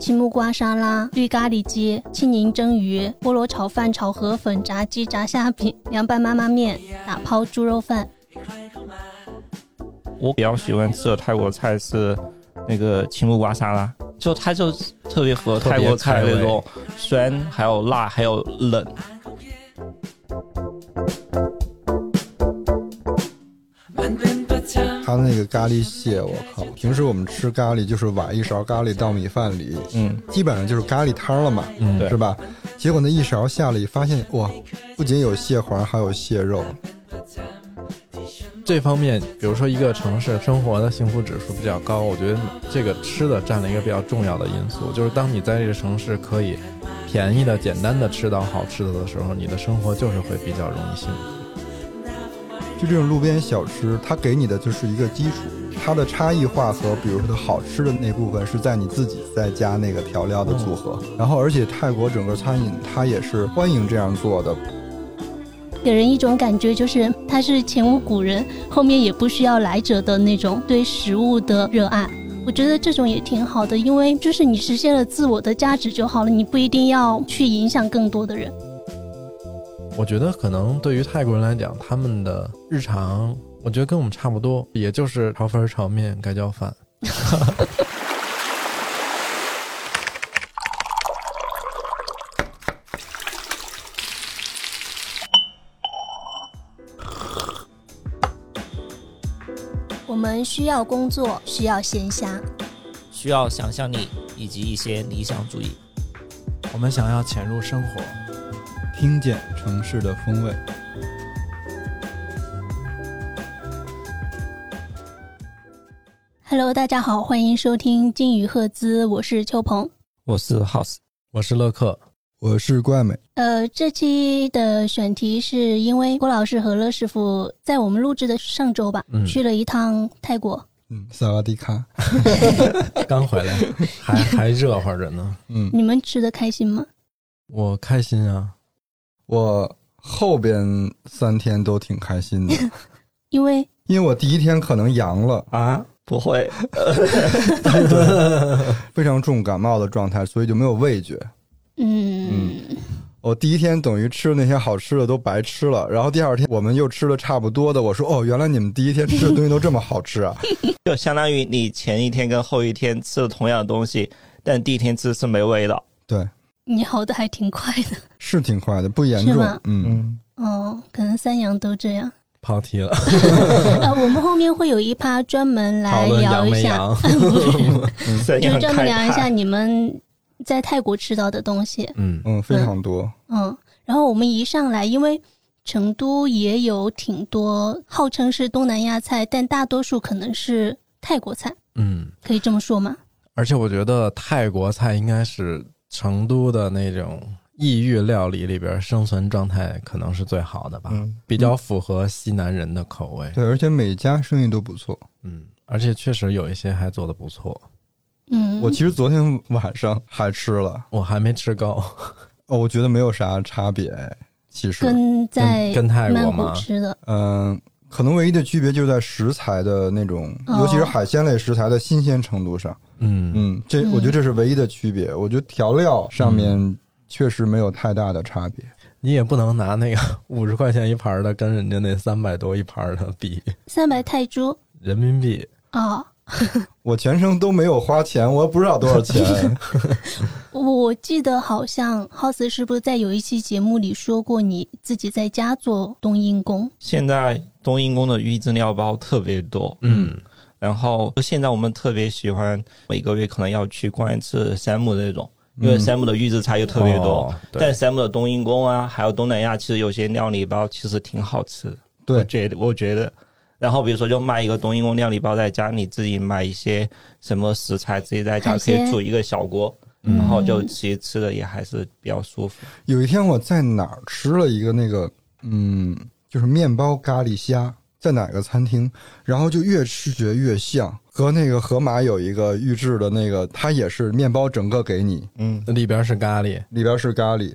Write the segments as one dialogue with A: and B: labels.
A: 青木瓜沙拉、绿咖喱鸡、青柠蒸鱼、菠萝炒饭、炒河粉、炸鸡、炸虾饼、凉拌妈妈面、打抛猪肉饭。
B: 我比较喜欢吃的泰国菜是那个青木瓜沙拉，就它就特别合
C: 特别
B: 泰国菜
C: 开胃
B: 那种酸，还有辣，还有冷。
D: 它那个咖喱蟹，我靠！平时我们吃咖喱就是崴一勺咖喱到米饭里，
B: 嗯，
D: 基本上就是咖喱汤了嘛，
C: 嗯
B: 对
D: 是吧？结果那一勺下来，发现哇，不仅有蟹黄，还有蟹肉。
C: 这方面，比如说一个城市生活的幸福指数比较高，我觉得这个吃的占了一个比较重要的因素。就是当你在这个城市可以便宜的、简单的吃到好吃的的时候，你的生活就是会比较容易幸福。
D: 就这种路边小吃，它给你的就是一个基础，它的差异化和比如说它好吃的那部分是在你自己再加那个调料的组合。然后，而且泰国整个餐饮它也是欢迎这样做的，
A: 给人一种感觉，就是他是前无古人，后面也不需要来者的那种对食物的热爱。我觉得这种也挺好的，因为就是你实现了自我的价值就好了，你不一定要去影响更多的人。
C: 我觉得可能对于泰国人来讲，他们的日常，我觉得跟我们差不多，也就是炒粉、炒面、盖浇饭。
A: 我们需要工作，需要闲暇，
E: 需要想象力以及一些理想主义。
F: 我们想要潜入生活，
D: 听见城市的风味。
A: Hello，大家好，欢迎收听金鱼赫兹，我是秋鹏。
B: 我是 House，
C: 我是乐克，
D: 我是怪美，
A: 呃，这期的选题是因为郭老师和乐师傅在我们录制的上周吧，
C: 嗯
A: 去了一趟泰国。
D: 嗯，萨瓦迪卡，
C: 刚回来，还还热乎着呢。
D: 嗯，
A: 你们吃的开心吗？
C: 我开心啊！
D: 我后边三天都挺开心 的，
A: 因为
D: 因为我第一天可能阳了，
B: 啊，不会，
D: 非常重感冒的状态，所以就没有味觉。
A: 嗯，
D: 我第一天等于吃那些好吃的都白吃了，然后第二天我们又吃了差不多的。我说哦，原来你们第一天吃的东西都这么好 吃啊！
B: 就相当于你前一天跟后一天吃了同样的东西，但第一天吃是没味 道。
D: 对，
A: 你好的还挺快的。
D: 是挺快的，不严
A: 是
D: 重
A: 吗。
D: 嗯，
B: 嗯，
A: 哦，可能三阳都这样。
C: 跑题了，
A: 呃，我们后面会有一趴专门
C: 讨
A: 来
C: 论
A: 聊
C: 羊
A: 一
C: 没
A: 下，
C: 羊。
B: 这
A: 就是
B: 样
A: 专门聊一
B: 太
A: 下你们在泰国吃到的东西。
C: 嗯，
D: 嗯，非常多。
A: 嗯，然后我们一上来，因为成都也有挺多号称是东南亚菜，但大多数可能是泰国菜，
C: 嗯，
A: 可以这么说吗？
C: 而且我觉得泰国菜应该是成都的那种异域料理里边生存状态可能是最好的吧，
B: 嗯
C: 比较符合西南人的口味。
D: 对，而且每家生意都不错。
C: 嗯，而且确实有一些还做的不错，
A: 嗯，
D: 我其实昨天晚上还吃了，
C: 我还没吃够。
D: 哦，我觉得没有啥差别。其实，
A: 跟在
C: 跟泰国
A: 曼谷
C: 吗
A: 吃的，
D: 嗯、可能唯一的区别就在食材的那种，
A: 哦
D: 尤其是海鲜类食材的新鲜程度上。
C: 嗯
D: 嗯，这我觉得这是唯一的区别。我觉得调料上面确实没有太大的差别。
C: 你也不能拿那个 五十块钱一盘的跟人家那三百多一盘的比
A: 三百泰铢
C: 人民币。
A: 啊、
D: 我全程都没有花钱，我也不知道多少钱。
A: 我我记得好像 House 是不是在有一期节目里说过你自己在家做冬阴功？
B: 现在冬阴功的预制料包特别多，
C: 嗯，
B: 然后就现在我们特别喜欢每个月可能要去逛一次山姆那种，因为
D: 嗯
B: 山姆的预制菜又特别多。
C: 哦对
B: 但山姆的冬阴功啊，还有东南亚，其实有些料理包其实挺好吃的。我
D: 对，
B: 觉得，我觉得。然后比如说，就卖一个冬阴功料理包在家，你自己买一些什么食材，自己在
A: 海
B: 家可
A: 鲜
B: 以煮一个小锅，
C: 嗯
B: 然后就其实吃的也还是比较舒服。
D: 有一天我在哪儿吃了一个那个，嗯，就是面包咖喱虾，在哪个餐厅，然后就越吃觉越像，和那个盒马有一个预制的那个，它也是面包整个给你，
B: 嗯，
C: 里边是咖喱。
D: 里边是咖喱。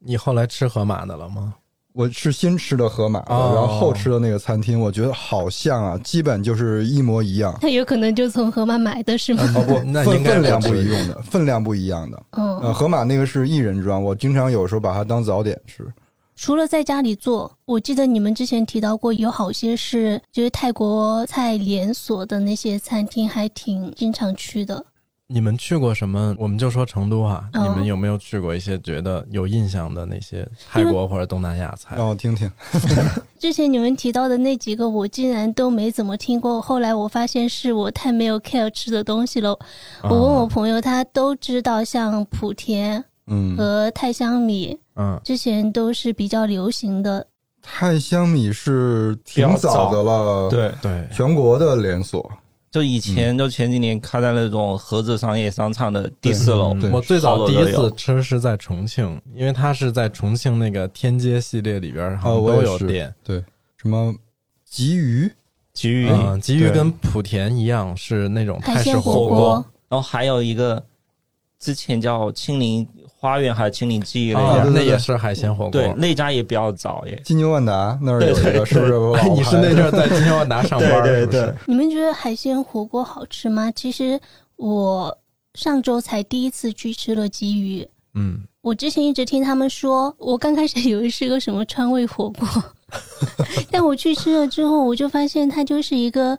C: 你后来吃河马的了吗？
D: 我是先吃的河马的，
C: 哦
D: 然后后吃的那个餐厅，我觉得好像啊，基本就是一模一样。
A: 他有可能就从河马买的是吗？
D: 哦不，
C: 那
D: 分
C: 应该
D: 分量
C: 不
D: 不
C: 是
D: 一样的，分量不一样的。
A: 嗯，
D: 呃，河马那个是一人装，我经常有时候把它当早点吃。
A: 除了在家里做，我记得你们之前提到过，有好些是就是泰国菜连锁的那些餐厅，还挺经常去的。
C: 你们去过什么？我们就说成都哈，
A: 嗯
C: 你们有没有去过一些觉得有印象的那些泰国或者东南亚菜？
D: 让我听听，
A: 之前你们提到的那几个，我竟然都没怎么听过。后来我发现是我太没有 care 吃的东西了。我问
C: 啊哦
A: 我朋友，他都知道，像莆田
D: 嗯，
A: 和泰香米
C: 嗯，
A: 之前都是比较流行的。
D: 泰香米是挺
B: 较
D: 早的了，，
B: 对，
C: 对，
D: 全国的连锁。
B: 就以前就前几年开在那种合资商业商场的第四楼
C: 嗯，
D: 对
C: 我最
B: 好
C: 早
B: 多
C: 第
B: 都
C: 一次
B: 有
C: 吃是在重庆，因为它是在重庆那个天街系列里边，好
D: 哦
C: 像
D: 我
C: 都
D: 也
C: 有
D: 是
C: 店。
D: 什么鲫鱼？
B: 鲫鱼，
C: 嗯，鲫鱼
D: 对
C: 跟莆田一样是那种
A: 海
C: 泰式
A: 鲜
C: 火
A: 火
C: 锅，
A: 锅，
B: 然后还有一个之前叫青林花园还是青林记忆那
C: 啊
B: 家，
D: 对对
C: 那
D: 对
C: 也是海鲜火锅。
B: 对，那家也比较早耶。
D: 金牛万达那儿有一个，是不是老
C: 哎
D: 牌？
C: 你是那阵儿在金牛万达上班，
B: 对对对
C: 是不是
A: 你们觉得海鲜火锅好吃吗？其实我上周才第一次去吃了鲫鱼。
C: 嗯，
A: 我之前一直听他们说，我刚开始 以为是个什么川味火锅， 但我去吃了之后，我就发现它就是一个，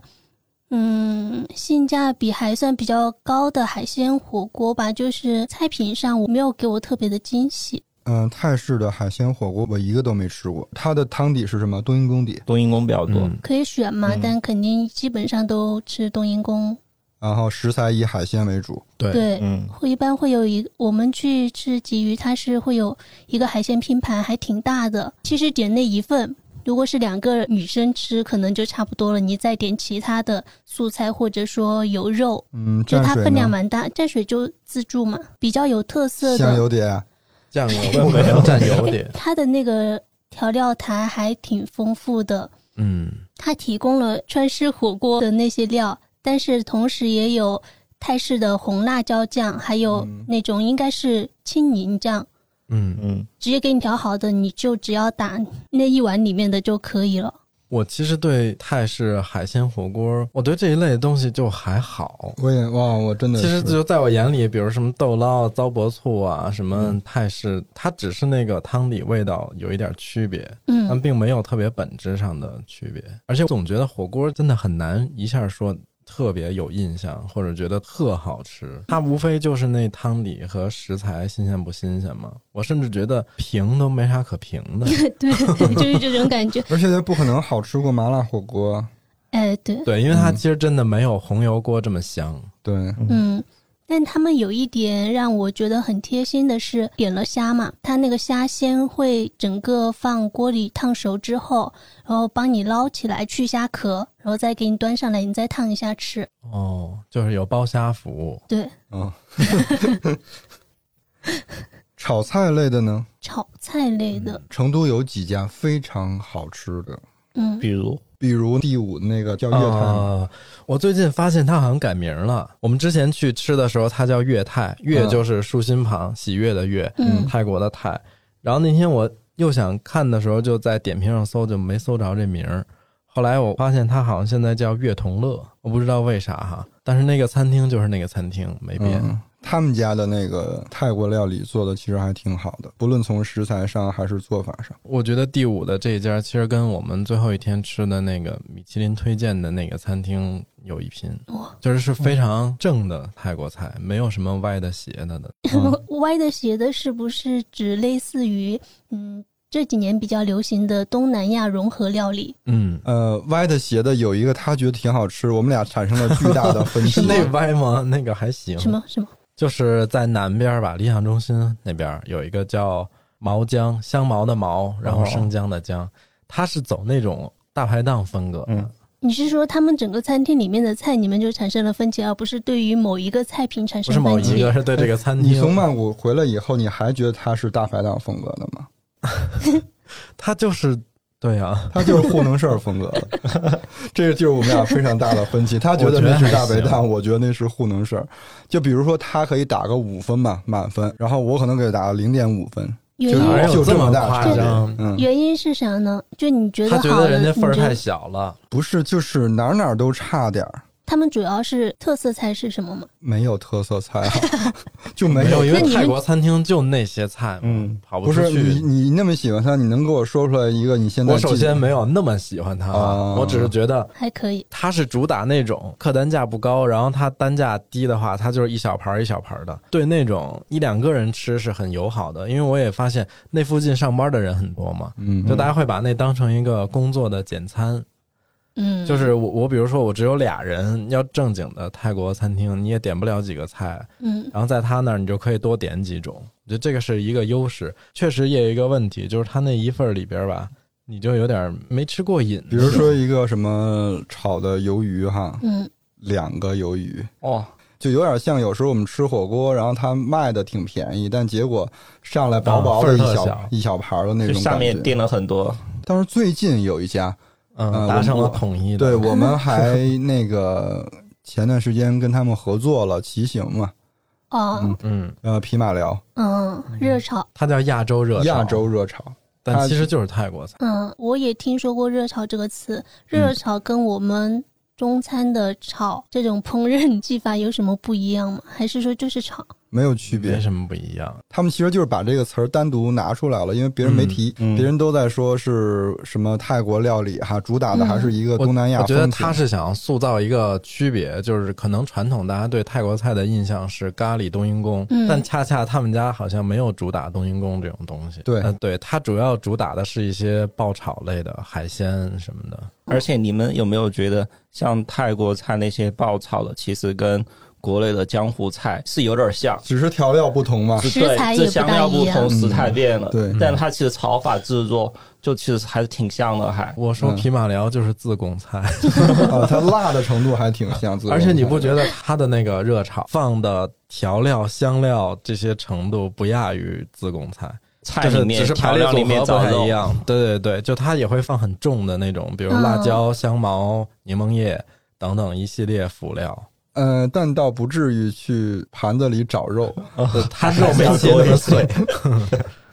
A: 嗯，性价比还算比较高的海鲜火锅吧。就是菜品上，我没有给我特别的惊喜。
D: 嗯，泰式的海鲜火锅我一个都没吃过。它的汤底是什么？冬阴功底，
B: 冬阴功比较多，
C: 嗯
A: 可以选嘛，
B: 嗯
A: 但肯定基本上都吃冬阴功。
D: 然后食材以海鲜为主。
C: 对
A: 对，
B: 嗯，
A: 会一般会有一，我们去吃鲫鱼，它是会有一个海鲜拼盘，还挺大的，其实点那一份。如果是两个女生吃，可能就差不多了。你再点其他的素菜，或者说有肉，
D: 嗯，
A: 就
D: 蘸
A: 它
D: 水
A: 分量
D: 呢？
A: 蛮大。蘸水就自助嘛，比较有特色
D: 香
A: 的。
D: 油碟，
C: 酱油没有蘸油点，
A: 它的那个调料台还挺丰富的，
C: 嗯，
A: 它提供了川式火锅的那些料，但是同时也有泰式的红辣椒酱，还有
D: 嗯
A: 那种应该是青柠酱。
C: 嗯，
B: 嗯，
A: 直接给你调好的，你就只要打那一碗里面的就可以了。
C: 我其实对泰式海鲜火锅，我对这一类的东西就还好。
D: 我也哇，我真的
C: 其实
D: 是
C: 就在我眼里，比如什么豆捞、糟粕醋啊，什么
B: 嗯
C: 泰式，它只是那个汤底味道有一点区别，但
A: 嗯，
C: 并没有特别本质上的区别。而且我总觉得火锅真的很难一下说特别有印象，或者觉得特好吃。它无非就是那汤底和食材新鲜不新鲜嘛。我甚至觉得评都没啥可评的。
A: 对，就是这种 感觉。
D: 而且它不可能好吃过麻辣火锅。
A: 哎，对，
C: 对，因为它其实真的没有红油锅这么香。
D: 对，
A: 嗯。但他们有一点让我觉得很贴心的是，点了虾嘛，它那个虾先会整个放锅里烫熟之后，然后帮你捞起来去虾壳，然后再给你端上来，你再烫一下吃。
C: 哦，就是有包虾服务。
A: 对，
D: 嗯， 炒菜类的呢，
A: 炒菜类的，
D: 成都有几家非常好吃的，
A: 嗯，
B: 比如
D: 比如第五那个叫哦粤泰，
C: 啊我最近发现它好像改名了。我们之前去吃的时候，它叫粤泰，粤
D: 嗯
C: 就是竖心旁，喜悦的悦，
A: 嗯
C: 泰国的泰。然后那天我又想看的时候，就在点评上搜，就没搜着这名儿。后来我发现它好像现在叫悦同乐，我不知道为啥哈。但是那个餐厅就是那个餐厅，没变。
D: 嗯，他们家的那个泰国料理做的其实还挺好的，不论从食材上还是做法上，
C: 我觉得第五的这一家其实跟我们最后一天吃的那个米其林推荐的那个餐厅有一拼，
A: 哇，
C: 就是是非常正的泰国菜，没有什么歪的斜的的。
A: 歪的斜的，是不是指类似于嗯这几年比较流行的东南亚融合料理？
C: 嗯，
D: 呃，歪的斜的有一个他觉得挺好吃，我们俩产生了巨大的分
C: 是
D: 歧。
C: 那歪吗？那个还行。
A: 什么什么？
C: 就是在南边吧，理想中心那边有一个叫毛江，香茅的毛，然后生姜的
A: 哦
C: 姜，它是走那种大排档风格的。
B: 嗯
A: 你是说他们整个餐厅里面的菜，你们就产生了分歧，而不是对于某一个菜品产
C: 不
A: 生
C: 是某
A: 分
C: 一
A: 歧？
C: 个，是对这个餐
D: 哎你从
C: 厅，
D: 曼谷回来以后，你还觉得它是大排档风格的吗？
C: 它就是对啊，
D: 它就是糊弄事儿风格的， 这就是我们俩非常大的分歧。他觉
C: 我
D: 得
C: 觉得
D: 那是大
C: 还
D: 排
C: 行
D: 档，我觉得那是糊弄事儿。就比如说，他可以打个五分吧，满分，然后我可能给打零点五分，
A: 原
D: 就
A: 因
D: 是
C: 哪有
D: 就
C: 这
D: 这
C: 么
D: 么大
C: 夸
D: 差别
C: 张？
D: 嗯，
A: 原因是啥呢？就你觉
C: 他
A: 得
C: 觉
A: 好
C: 得
A: 了，
C: 人
A: 你
C: 家分儿
A: 就
C: 太小了，
D: 不是，就是哪儿哪儿都差点儿，
A: 他们主要是特色菜是什么吗？
D: 没有特色菜啊， 就没
C: 没有，
D: 有
C: 因
A: 那
C: 为
A: 你们
C: 泰国餐厅就那些菜嘛，
D: 嗯，
C: 跑
D: 不
C: 出
D: 是你
C: 去。
D: 你那么喜欢它，你能给我说出来一个你现在
C: 我首
D: 记得
C: 先没有那么喜欢它，
D: 啊
C: 我只是觉得
A: 还可以，
C: 它是主打那种客单价不高，然后它单价低的话，它就是一小盘儿一小盘儿的。对那种一两个人吃是很友好的，因为我也发现那附近上班的人很多嘛，
D: 嗯，
C: 就大家会把那当成一个工作的简餐。
A: 嗯，
C: 就是我我比如说我只有俩人，要正经的泰国餐厅你也点不了几个菜，
A: 嗯
C: 然后在他那儿你就可以多点几种，我觉得这个是一个优势。确实也有一个问题，就是他那一份儿里边儿吧，你就有点没吃过瘾。
D: 比如说一个什么炒的鱿鱼哈，
A: 嗯，
D: 两个鱿鱼，
B: 哦，
D: 就有点像有时候我们吃火锅，然后它卖的挺便宜，但结果上来薄薄的
C: 啊
D: 一
C: 份儿特
D: 小、
C: 小
D: 一小盘儿的那
B: 就
D: 种
B: 下
D: 感
B: 面
D: 觉。
B: 垫了很多，
D: 但是最近有一家，
C: 嗯，
D: 嗯
C: 达成了
D: 我
C: 统一的。
D: 对我们还那个前段时间跟他们合作了骑行嘛，
A: 哦，
C: 嗯，
D: 呃，匹马聊
A: 嗯，热炒，
C: 它叫亚洲热炒
D: 亚，洲热炒，
C: 但
D: 它
C: 其实就是泰国菜。
A: 嗯，我也听说过热炒这个词，热炒跟我们中餐的炒这种烹饪技法有什么不一样吗？还是说就是炒？
D: 没有区别
C: 没。什么不一样，
D: 他们其实就是把这个词儿单独拿出来了，因为别人没提，
B: 嗯嗯
D: 别人都在说是什么泰国料理哈，主打的还是一
C: 嗯
D: 个
C: 我
D: 呃东南亚
C: 我觉得
D: 风情
C: 他是想塑造一个区别，就是可能传统大家对泰国菜的印象是咖喱冬阴功，
A: 嗯
C: 但恰恰他们家好像没有主打冬阴功这种东西。
D: 对
C: 呃对，它主要主打的是一些爆炒类的海鲜什么的。
B: 而且你们有没有觉得，像泰国菜那些爆炒的，其实跟国内的江湖菜是有点像？
D: 只是调料不同 嘛。
B: 是
A: 食
B: 啊对，
A: 材也
B: 这
A: 不
B: 香
A: 大
B: 料
A: 一
B: 不
A: 样
B: 同，食材变
C: 嗯
B: 了。
D: 对
B: 但它其实炒法制作就其实还是挺像的，还。
C: 我说
D: 嗯
C: 匹马寮就是自贡菜，
D: 啊，它辣的程度还挺像自助餐，
C: 而且你不觉得它的那个热炒放的调料、香料这些程度不亚于自贡菜？
B: 菜
C: 就是
B: 里
C: 只
B: 面、
C: 是排
B: 调
C: 列
B: 料
C: 组
B: 里面
C: 合不
B: 找
C: 太
B: 肉
C: 一，样。对对对，就它也会放很重的那种，比如辣椒、香茅、柠檬叶等等一系列辅料。
D: 呃，但倒不至于去盘子里找肉。
C: 就它肉没切那么碎，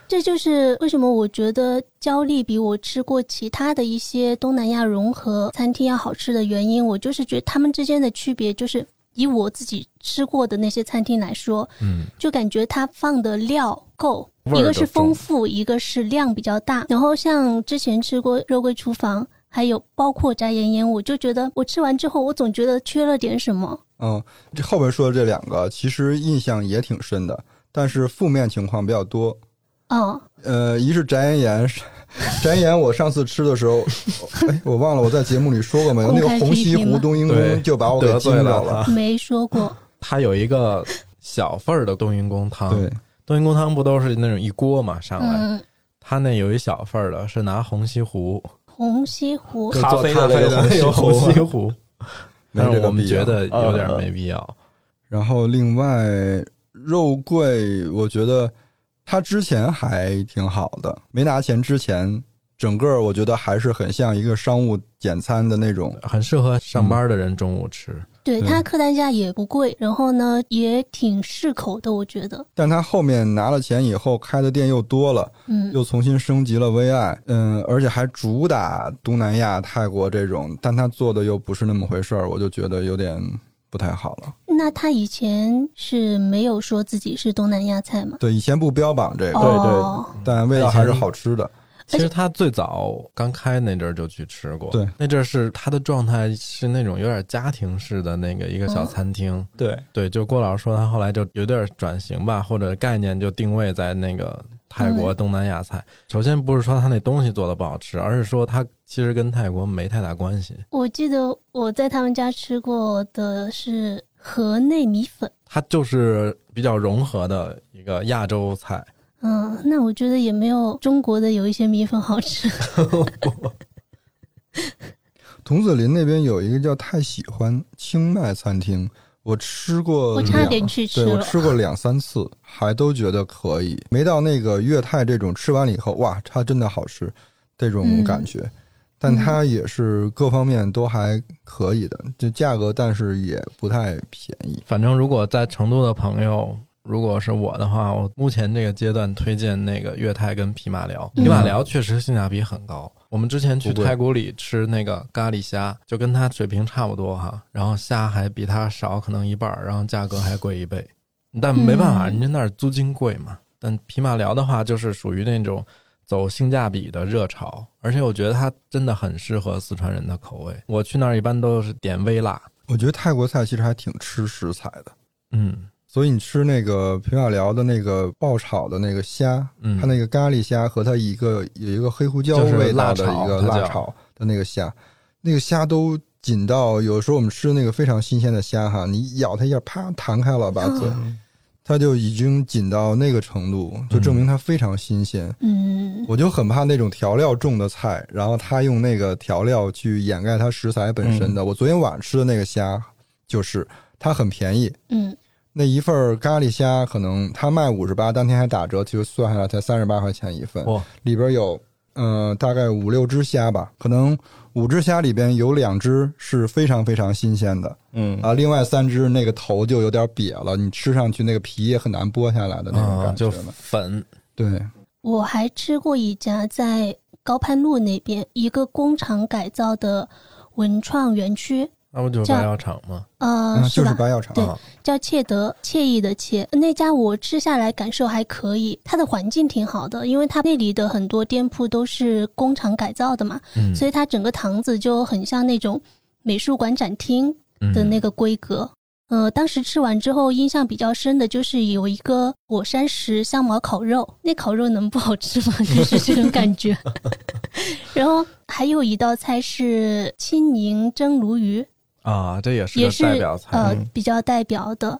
A: 这就是为什么我觉得焦粒比我吃过其他的一些东南亚融合餐厅要好吃的原因。我就是觉得他们之间的区别，就是以我自己吃过的那些餐厅来说，
C: 嗯，
A: 就感觉它放的料够，
C: 味儿
A: 一个是
C: 都重
A: 丰富，一个是量比较大。然后像之前吃过肉桂厨房，还有包括翟妍妍，我就觉得我吃完之后，我总觉得缺了点什么。
D: 嗯，这后边说的这两个其实印象也挺深的，但是负面情况比较多。
A: 嗯，
D: 呃，一是翟妍妍， 翟妍妍，我上次吃的时候， 哎，我忘了我在节目里说过没有，
A: 公
D: 那个
A: 开
D: 红西
A: 批评
D: 湖
A: 吗
D: 冬阴
C: 对
D: 功就
B: 哦
D: 把我给
C: 得
D: 惊
C: 罪
D: 到
C: 了。
A: 没说过。
C: 它有一个小份儿的冬阴功汤，
D: 对，
C: 冬阴功汤不都是那种一锅嘛上来，
A: 嗯，
C: 它那有一小份儿的是拿红西湖，
A: 红西湖
C: 就
B: 咖
C: 做
B: 啡
C: 咖
B: 的
C: 啡
B: 那个
C: 有
B: 红
C: 红
B: 西湖
C: 西湖，
D: 没
C: 但是
D: 这个
C: 我们
D: 必要
C: 觉得有点
B: 嗯嗯
C: 没必要。
D: 然后另外肉桂，我觉得它之前还挺好的，没拿钱之前，整个我觉得还是很像一个商务简餐的那种。
C: 很适合上班的人中午吃。
A: 对
D: 对
A: 它客单价也不贵，然后呢也挺适口的，我觉得。
D: 但它后面拿了钱以后，开的店又多了，
A: 嗯，
D: 又重新升级了 VI，嗯，而且还主打东南亚、泰国这种，但它做的又不是那么回事儿，我就觉得有点不太好了。
A: 那他以前是没有说自己是东南亚菜嘛？
D: 对，以前不标榜这个，
A: 哦，
D: 但味道还是好吃的。
C: 其实他最早刚开那阵儿就去吃过，
D: 对，
C: 那阵儿是他的状态是那种有点家庭式的那个一个小餐厅，
D: 嗯
B: 对，
C: 对，就郭老师说他后来就有点转型吧，或者概念就定位在那个泰国东南亚菜。首先不是说他那东西做的不好吃，而是说他其实跟泰国没太大关系。
A: 我记得我在他们家吃过的是河内米粉。
C: 它就是比较融合的一个亚洲菜，
A: 嗯，那我觉得也没有中国的有一些米粉好吃。
D: 童子林那边有一个叫太喜欢清迈餐厅，我吃过
A: 我
D: 两，
A: 差点去吃
D: 对我
A: 了。
D: 吃过两三次，还都觉得可以，没到那个粤泰这种吃完了以后，哇，它真的好吃这种感觉。
A: 嗯
D: 但它也是各方面都还可以的，就价格，但是也不太便宜。
C: 反正如果在成都的朋友如果是我的话，我目前这个阶段推荐那个粤泰跟匹马寮，
D: 嗯
C: 匹马寮确实性价比很高。我们之前去
D: 不贵
C: 太古里吃那个咖喱虾，就跟它水平差不多哈，然后虾还比它少可能一半儿，然后价格还贵一倍。但没办法，
A: 嗯
C: 人家那儿租金贵嘛。但匹马寮的话，就是属于那种走性价比的热潮，而且我觉得它真的很适合四川人的口味。我去那儿一般都是点微辣，
D: 我觉得泰国菜其实还挺吃食材的，
C: 嗯
D: 所以你吃那个皮马寮的那个爆炒的那个虾，
C: 嗯，
D: 它那个咖喱虾和它一个有一个黑胡椒
C: 就是
D: 味道
C: 辣
D: 的
C: 炒
D: 一个
C: 它
D: 辣
C: 叫
D: 炒的那个虾，那个虾都紧到有时候我们吃那个非常新鲜的虾哈，你咬它一下，啪弹开了，把嘴，它就已经紧到那个程度，就证
C: 嗯
D: 明它非常新鲜。
A: 嗯，
D: 我就很怕那种调料重的菜，然后他用那个调料去掩盖它食材本身
C: 嗯
D: 的。我昨天晚上吃的那个虾，就是它很便宜，
A: 嗯
D: 那一份儿咖喱虾可能它卖五十八，当天还打折，其实算下来才三十八块钱一份。
C: 哇
D: 里边有呃大概五六只虾吧，可能五只虾里边有两只是非常非常新鲜的
B: 嗯
D: 啊，另外三只那个头就有点瘪了，你吃上去那个皮也很难剥下来的那种
C: 啊
D: 感觉
C: 就
D: 了。
C: 粉，
D: 对，
A: 啊我还吃过一家在高攀路那边一个工厂改造的文创园区，
C: 那不就是
A: 这样
C: 白药厂吗？
A: 呃，
D: 嗯就是
A: 吧？
D: 白药厂
A: 对
D: 啊，
A: 叫切德，惬意的惬。那家我吃下来感受还可以，它的环境挺好的，因为它那里的很多店铺都是工厂改造的嘛，
C: 嗯
A: 所以它整个堂子就很像那种美术馆展厅
C: 嗯
A: 的那个规格。呃，当时吃完之后，印象比较深的就是有一个火山石香茅烤肉，那烤肉能不好吃吗？就是这种感觉。 然后还有一道菜是青柠蒸鲈鱼，
C: 啊，这也是
A: 也
C: 个
A: 是
C: 代表菜，
A: 呃
B: 嗯
A: 比较代表的，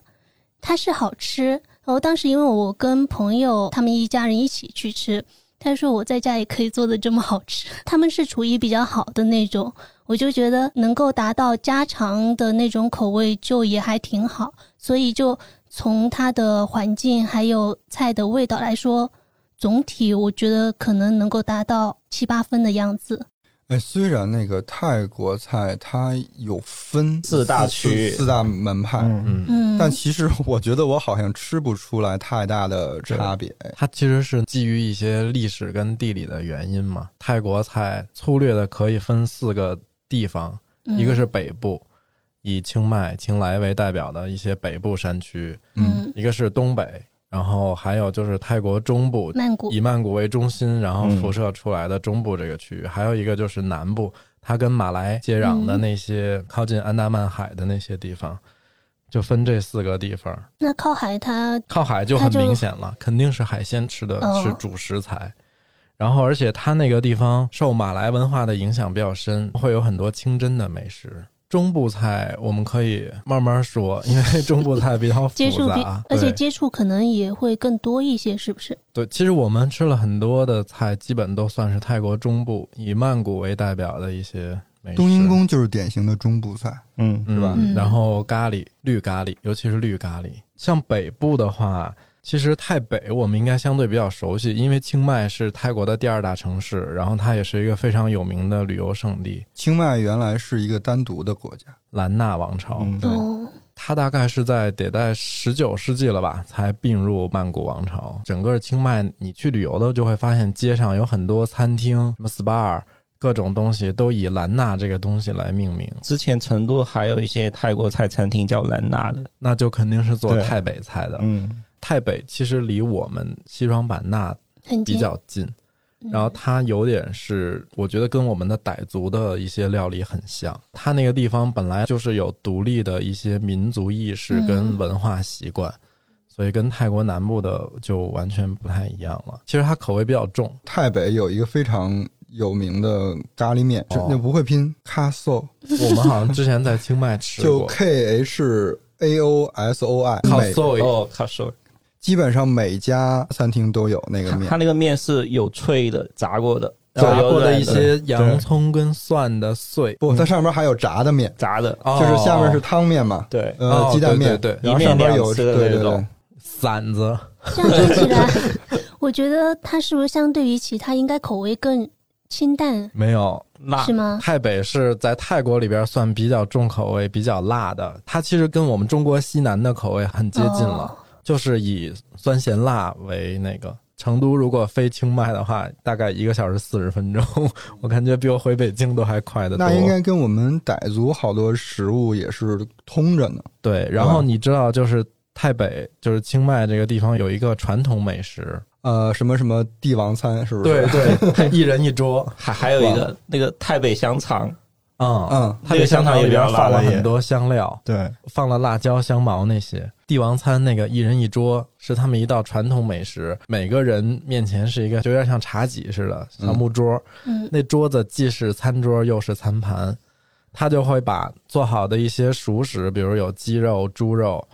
A: 它是好吃。然后当时因为我跟朋友他们一家人一起去吃，他说我在家也可以做的这么好吃， 他们是厨艺比较好的那种，我就觉得能够达到家常的那种口味就也还挺好，所以就从它的环境还有菜的味道来说。总体我觉得可能能够达到七八分的样子，
D: 哎，虽然那个泰国菜它有分
B: 四大区
D: 四四大门派，
B: 嗯
C: 嗯，
A: 嗯，
D: 但其实我觉得我好像吃不出来太大的差别。
C: 它其实是基于一些历史跟地理的原因嘛。泰国菜粗略的可以分四个地方，一个
A: 嗯
C: 是北部，以清迈、清莱为代表的一些北部山区；
A: 嗯
C: 一个是东北，然后还有就是泰国中部，
A: 曼谷
C: 以曼谷为中心，然后
B: 嗯
C: 辐射出来的中部这个区域；还有一个就是南部，它跟马来接壤的
A: 嗯
C: 那些靠近安达曼海的那些地方，就分这四个地方。
A: 那靠海它
C: 靠海就很
A: 它就
C: 明显了，肯定是海鲜吃的
A: 嗯
C: 是主食材。然后，而且它那个地方受马来文化的影响比较深，会有很多清真的美食。中部菜我们可以慢慢说，因为 中部菜比较
A: 接
C: 复
A: 触比
C: 杂，，啊
A: 而且
C: 对
A: 接触可能也会更多一些，是不是？
C: 对。其实我们吃了很多的菜，基本都算是泰国中部以曼谷为代表的一些美食。
D: 冬阴功就是典型的中部菜，
B: 嗯
C: 是吧？
A: 嗯
C: 然后咖喱，绿咖喱，尤其是绿咖喱。像北部的话，其实泰北我们应该相对比较熟悉，因为清迈是泰国的第二大城市，然后它也是一个非常有名的旅游胜地——
D: 清迈原来是一个单独的国家，
C: 兰纳王朝。
B: 嗯
C: 对
A: 哦，
C: 它大概是在得在十九世纪了吧，才并入曼谷王朝。整个清迈，你去旅游的就会发现，街上有很多餐厅、什么 SPA、各种东西都以兰纳这个东西来命名。
B: 之前成都还有一些泰国菜餐厅叫兰纳的，
C: 那就肯定是做
B: 对
C: 泰北菜的，
B: 嗯
C: 泰北其实离我们西双版纳
A: 很
C: 比
A: 近。
C: 较近，
A: 嗯
C: 然后它有点是，我觉得跟我们的傣族的一些料理很像。它那个地方本来就是有独立的一些民族意识跟文化习惯，所以跟泰国南部的就完全不太一样了。其实它口味比较重，
D: 泰北有一个非常有名的咖喱面，就
C: 哦
D: 那不会拼 k a s o
C: 我们好像之前在清迈吃
D: 就
C: 过。
D: K H A O S O I，
C: 靠
D: 每
C: 搜一
B: 哦，他说
D: 基本上每家餐厅都有那个面
B: 他。那个面是有脆的、炸过的，
C: 炸
B: 然后有
C: 过的
B: 软
C: 一些洋葱跟蒜的碎，嗯
D: 不，它上面还有炸的面，
B: 炸的，
D: 就是下面是
C: 哦
D: 汤面嘛，
B: 对，
D: 呃，鸡蛋面，
C: 对对对
D: 然后上边有
B: 一面两吃
D: 对
B: 的
D: 对
B: 那
D: 对
B: 种，
C: 馓子，
A: 这样听起来，我觉得它是不是相对于其他应该口味更清淡，
C: 没有
B: 辣
A: 是吗？
C: 泰北是在泰国里边算比较重口味、比较辣的，它其实跟我们中国西南的口味很接近了。
A: 哦
C: 就是以酸咸辣为那个。成都如果飞清迈的话，大概一个小时四十分钟， 我感觉比我回北京都还快得多。
D: 那应该跟我们傣族好多食物也是通着呢。
C: 对。然
D: 嗯
C: 后你知道，就是太北，就是清迈这个地方有一个传统美食，
D: 呃，什么什么帝王餐是不是？
C: 对，对，一人一桌，
B: 还还有一个那个太北香肠，
C: 嗯
D: 嗯，
C: 它个香肠里边放了很多香料，
D: 对，
C: 放了辣椒、香茅那些。帝王餐那个一人一桌是他们一道传统美食，每个人面前是一个就有点像茶几似的小木桌，
A: 嗯，
C: 那桌子既是餐桌又是餐盘，他就会把做好的一些熟食，比如有鸡肉、猪肉，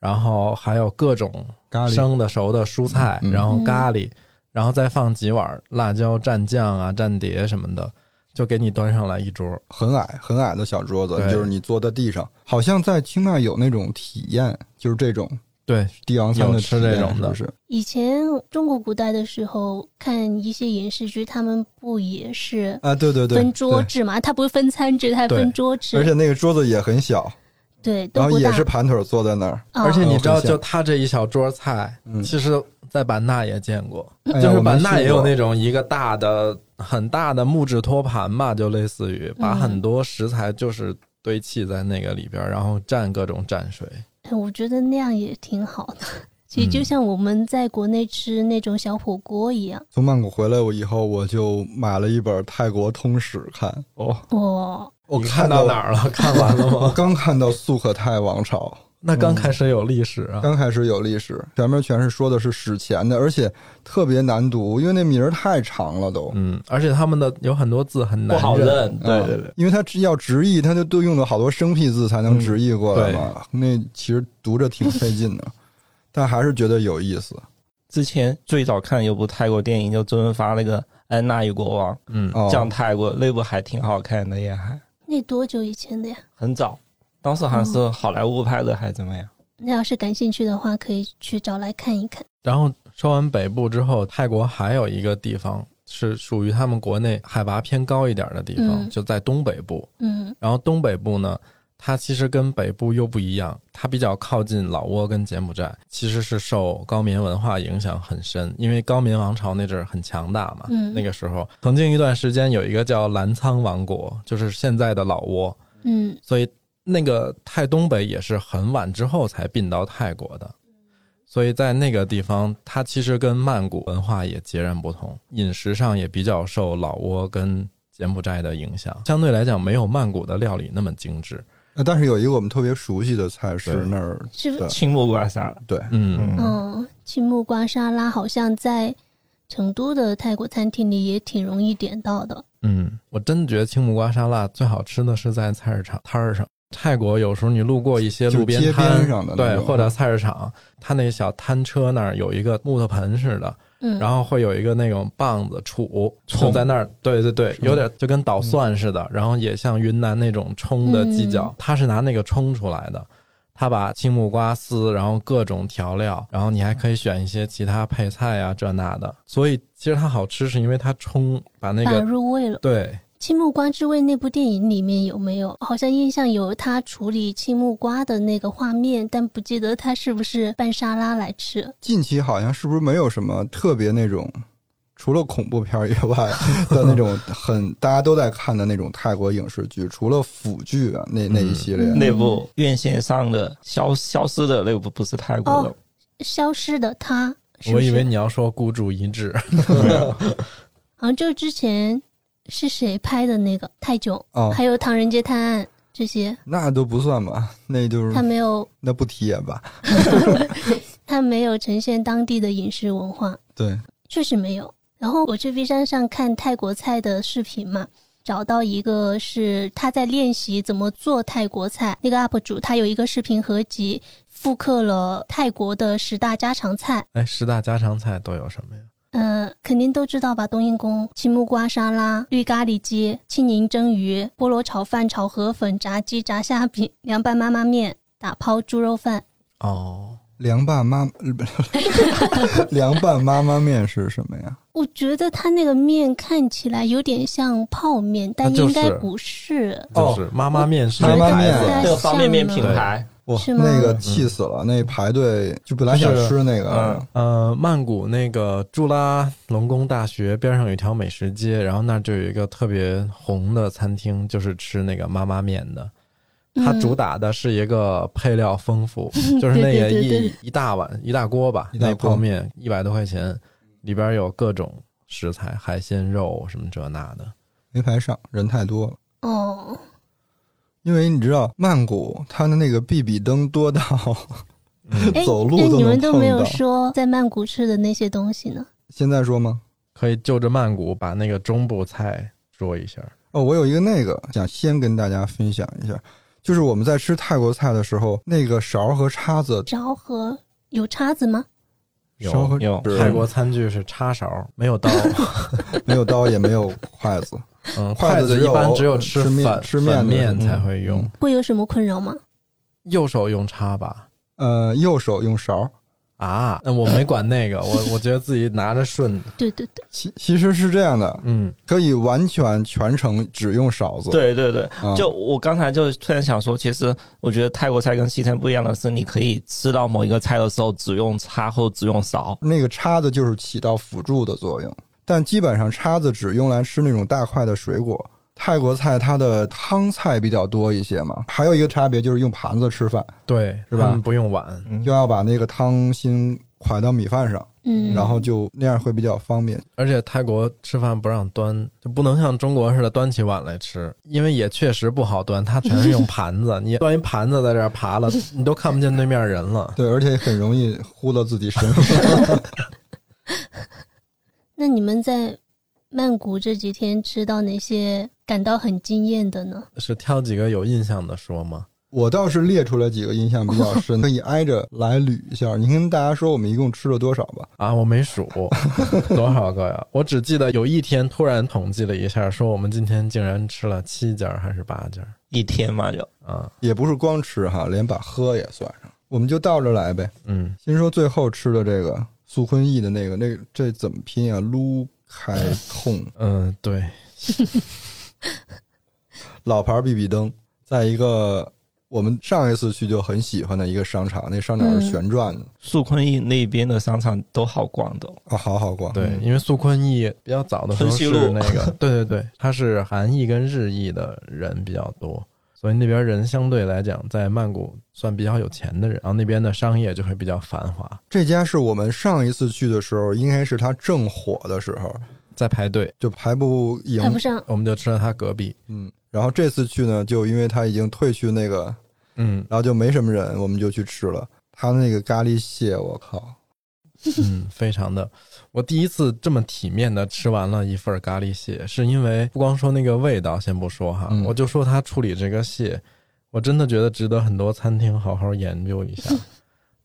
C: 然后还有各种
D: 咖喱
C: 生的、熟的蔬菜，
D: 嗯嗯
C: 然后咖喱，然后再放几碗辣椒蘸酱啊、蘸碟什么的，就给你端上来一桌。
D: 很矮很矮的小桌子，
C: 对
D: 就是你坐在地上，好像在清迈有那种体验，就是这种
C: 对，
D: 帝王餐的
C: 有吃这种的
D: 体验是不是？
A: 以前中国古代的时候看一些影视剧，他们不也是
D: 啊，对对对，
A: 分桌
D: 对
A: 制嘛？他不是分餐制，他还分
C: 对
A: 桌
D: 而且
A: 制。
D: 那个桌子也很小，
A: 对，
D: 然
A: 都
D: 后
A: 不
D: 也
A: 大。哦
D: 是盘腿坐在那儿，
A: 啊
C: 而且你知道，
D: 哦
C: 就他这一小桌菜，
D: 嗯
C: 其实在版纳也见过，
D: 哎呀
C: 就是
D: 我没
C: 版纳
D: 试
C: 也有
D: 过
C: 那种一个大的、很大的木质托盘吧，就类似于把
A: 嗯
C: 很多食材就是堆砌在那个里边儿，然后蘸各种蘸水。
A: 哎我觉得那样也挺好的。其实就
C: 嗯
A: 像我们在国内吃那种小火锅一样，
D: 从曼谷回来我以后，我就买了一本《泰国通史》看。
C: 哦，
A: 哇，
D: 我
C: 你看到哪
D: 儿？
C: 儿了？看完了
D: 我
C: 吗？嗯
D: 刚看到素可泰王朝，
C: 那刚开始有历史啊，
D: 刚开始有历史，前面全是说的是史前的，而且特别难读，因为那名儿太长了都。
C: 嗯，而且他们的有很多字很
B: 不
C: 难
B: 好
C: 认。
B: 认。对对对，
D: 因为他要直译，他就都用了好多生僻字才能直译过来嘛。那其实读着挺费劲的，但还是觉得有意思。
B: 之前最早看有部泰国电影，就周润发那个《安娜与国王
C: 嗯，
D: 哦》，
B: 讲泰国，那部还挺好看的，也还
A: 那多久以前的呀？
B: 很早，当时好像是好莱坞拍的，还怎么样？
A: 那要是感兴趣的话，可以去找来看一看。
C: 然后说完北部之后，泰国还有一个地方是属于他们国内海拔偏高一点的地方，
A: 嗯
C: 就在东北部。
A: 嗯
C: 然后东北部呢，它其实跟北部又不一样，它比较靠近老挝跟柬埔寨，其实是受高棉文化影响很深，因为高棉王朝那阵儿很强大嘛。
A: 嗯
C: 那个时候曾经一段时间有一个叫澜沧王国，就是现在的老挝，
A: 嗯
C: 所以那个泰东北也是很晚之后才并到泰国的。所以在那个地方，它其实跟曼谷文化也截然不同，饮食上也比较受老挝跟柬埔寨的影响，相对来讲没有曼谷的料理那么精致。
D: 呃但是有一个我们特别熟悉的菜是
C: 对
D: 那儿，
A: 是不
D: 对
B: 青木瓜沙拉，
D: 对，
C: 嗯，
B: 嗯
A: 嗯，青木瓜沙拉好像在成都的泰国餐厅里也挺容易点到的。
C: 嗯，我真的觉得青木瓜沙拉最好吃的是在菜市场摊儿上。泰国有时候你路过一些路
D: 就
C: 边
D: 街
C: 摊
D: 边上的那
C: 对，
D: 种
C: 或者菜市场，它那小摊车那儿有一个木头盆似的，
A: 嗯，
C: 然后会有一个那种棒子杵，
B: 冲
C: 就在那儿，对对对，有点就跟捣蒜似的，然后也像云南那种冲的技巧
A: 嗯，
C: 他是拿那个冲出来的。他把青木瓜丝，然后各种调料，然后你还可以选一些其他配菜啊，这那的。所以其实它好吃，是因为它冲把那
A: 把
C: 个
A: 入味了。
C: 对
A: 《青木瓜之味》那部电影里面有没有？好像印象有他处理青木瓜的那个画面，但不记得他是不是拌沙拉来吃。
D: 近期好像是不是没有什么特别那种，除了恐怖片儿以外的那种很大家都在看的那种泰国影视剧，除了腐剧啊那那一系列，
A: 嗯
B: 那部院线上的消消失的那部不是泰国的
A: 哦，消失的他，是不
C: 我
A: 是
C: 以为你要说孤注一掷，
A: 好像就之前是谁拍的那个《泰囧》
D: 哦
A: 还有《唐人街探案》这些，
D: 那都不算吧，那
C: 嗯
D: 就是
A: 他没有
D: 那不提也罢。
A: 他没有呈现当地的饮食文化。
D: 对，
A: 确实没有。然后我去 B 站上看泰国菜的视频嘛，找到一个是他在练习怎么做泰国菜，那个 UP 主他有一个视频合集，复刻了泰国的十大家常菜。
C: 哎，十大家常菜都有什么呀？
A: 嗯、肯定都知道吧？冬阴功、青木瓜沙拉、绿咖喱鸡、青柠蒸鱼、菠萝炒饭、炒河粉、炸鸡、炸虾饼、凉拌妈妈面、打抛猪肉饭。
C: 哦，
D: 凉拌妈， 不是凉拌妈妈面是什么呀？
A: 我觉得它那个面看起来有点像泡面，但
C: 啊那就
A: 应该
C: 是
A: 不是
C: 哦就是妈妈面是
D: 妈妈
A: 我觉
C: 啊
D: 面
A: 得它
B: 这个方便面品牌
C: 哇
A: 是吗？
D: 那个气死了，那排队就本来想吃那个，
B: 嗯，
C: 呃，曼谷那个朱拉隆功大学边上有一条美食街，然后那儿就有一个特别红的餐厅，就是吃那个妈妈面的。它
A: 嗯
C: 主打的是一个配料 丰富，就是那
A: 对
C: 个
A: 对对
C: 一一大碗一大锅吧，
D: 一大
C: 那
D: 锅
C: 泡面一百多块钱，里边有各种食材，海鲜、肉什么这那的。
D: 没排上，人太多了。
A: 哦，
D: 因为你知道曼谷它的那个必比登多到
A: 哎，
D: 走路
A: 那
D: 都
A: 你
D: 能
A: 们都没有
D: 碰到。
A: 说在曼谷吃的那些东西呢？
D: 现在说吗？
C: 可以就着曼谷把那个中部菜说一下。
D: 哦，我有一个那个想先跟大家分享一下，就是我们在吃泰国菜的时候，那个勺和叉子，
A: 勺和有叉子吗？
C: 有
D: 勺和
B: 有
C: 泰国餐具是叉勺，没 有刀。
D: 没有刀也没有筷子，
C: 嗯，
D: 筷
C: 筷
D: 子
C: 子
D: 只
C: 一
D: 有
C: 般只有吃
D: 吃面
C: 粉
D: 吃面的
C: 粉面
D: 时候
C: 才会用，
D: 嗯
A: 会有什么困扰吗？
C: 右手用叉吧。
D: 呃，右手用勺。
C: 啊，那我没管那个，我 我觉得自己拿着顺。
A: 对对对，
D: 其其实是这样的，
C: 嗯，
D: 可以完全全程只用勺子。
B: 对对对，
D: 嗯，
B: 就我刚才就突然想说，其实我觉得泰国菜跟西餐不一样的是，你可以吃到某一个菜的时候只用叉或只用勺。
D: 那个叉子就是起到辅助的作用，但基本上叉子只用来吃那种大块的水果。泰国菜它的汤菜比较多一些嘛，还有一个差别就是用盘子吃饭，
C: 对，
D: 是吧
C: 他们不用碗，
D: 就要把那个汤芯㧟到米饭上，
A: 嗯，
D: 然后就那样会比较方便。
C: 而且泰国吃饭不让端，就不能像中国似的端起碗来吃，因为也确实不好端，它全是用盘子， 你端一盘子在这儿爬了，你都看不见对面人了。
D: 对，而且很容易糊到自己身上。
A: 那你们在曼谷这几天吃到哪些感到很惊艳的呢？
C: 是挑几个有印象的说吗？
D: 我倒是列出来几个印象比较深，可以挨着来捋一下。你跟大家说我们一共吃了多少吧？
C: 啊，我没数多少个呀，我只记得有一天突然统计了一下，说我们今天竟然吃了七家还是八家
B: 一天嘛就
C: 啊？
D: 也不是光吃哈，连把喝也算上。我们就倒着来呗。
C: 嗯，
D: 先说最后吃的这个苏坤义的那个，那个这怎么拼啊？撸开痛，
C: 嗯，对，
D: 老牌必比登，在一个我们上一次去就很喜欢的一个商场，那商场是旋转的、
B: 素坤义那边的商场都好逛的哦，
D: 啊，好好逛。
C: 对，因为苏坤义比较早的时候
B: 春熙
C: 是
B: 路
C: 那个，对对对，他是韩裔跟日裔的人比较多，所以那边人相对来讲在曼谷算比较有钱的人，然后那边的商业就会比较繁华，
D: 这家是我们上一次去的时候，应该是它正火的时候，
C: 在排队，
D: 就排不赢
A: 排。不上，
C: 我们就吃了他隔壁，
D: 嗯，然后这次去呢，就因为它已经退去那个，
C: 嗯
D: 然后就没什么人，我们就去吃了。它那个咖喱蟹，我靠！
C: 嗯，非常的。我第一次这么体面的吃完了一份咖喱蟹，是因为不光说那个味道，先不说哈，
D: 嗯
C: 我就说他处理这个蟹，我真的觉得值得很多餐厅好好研究一下。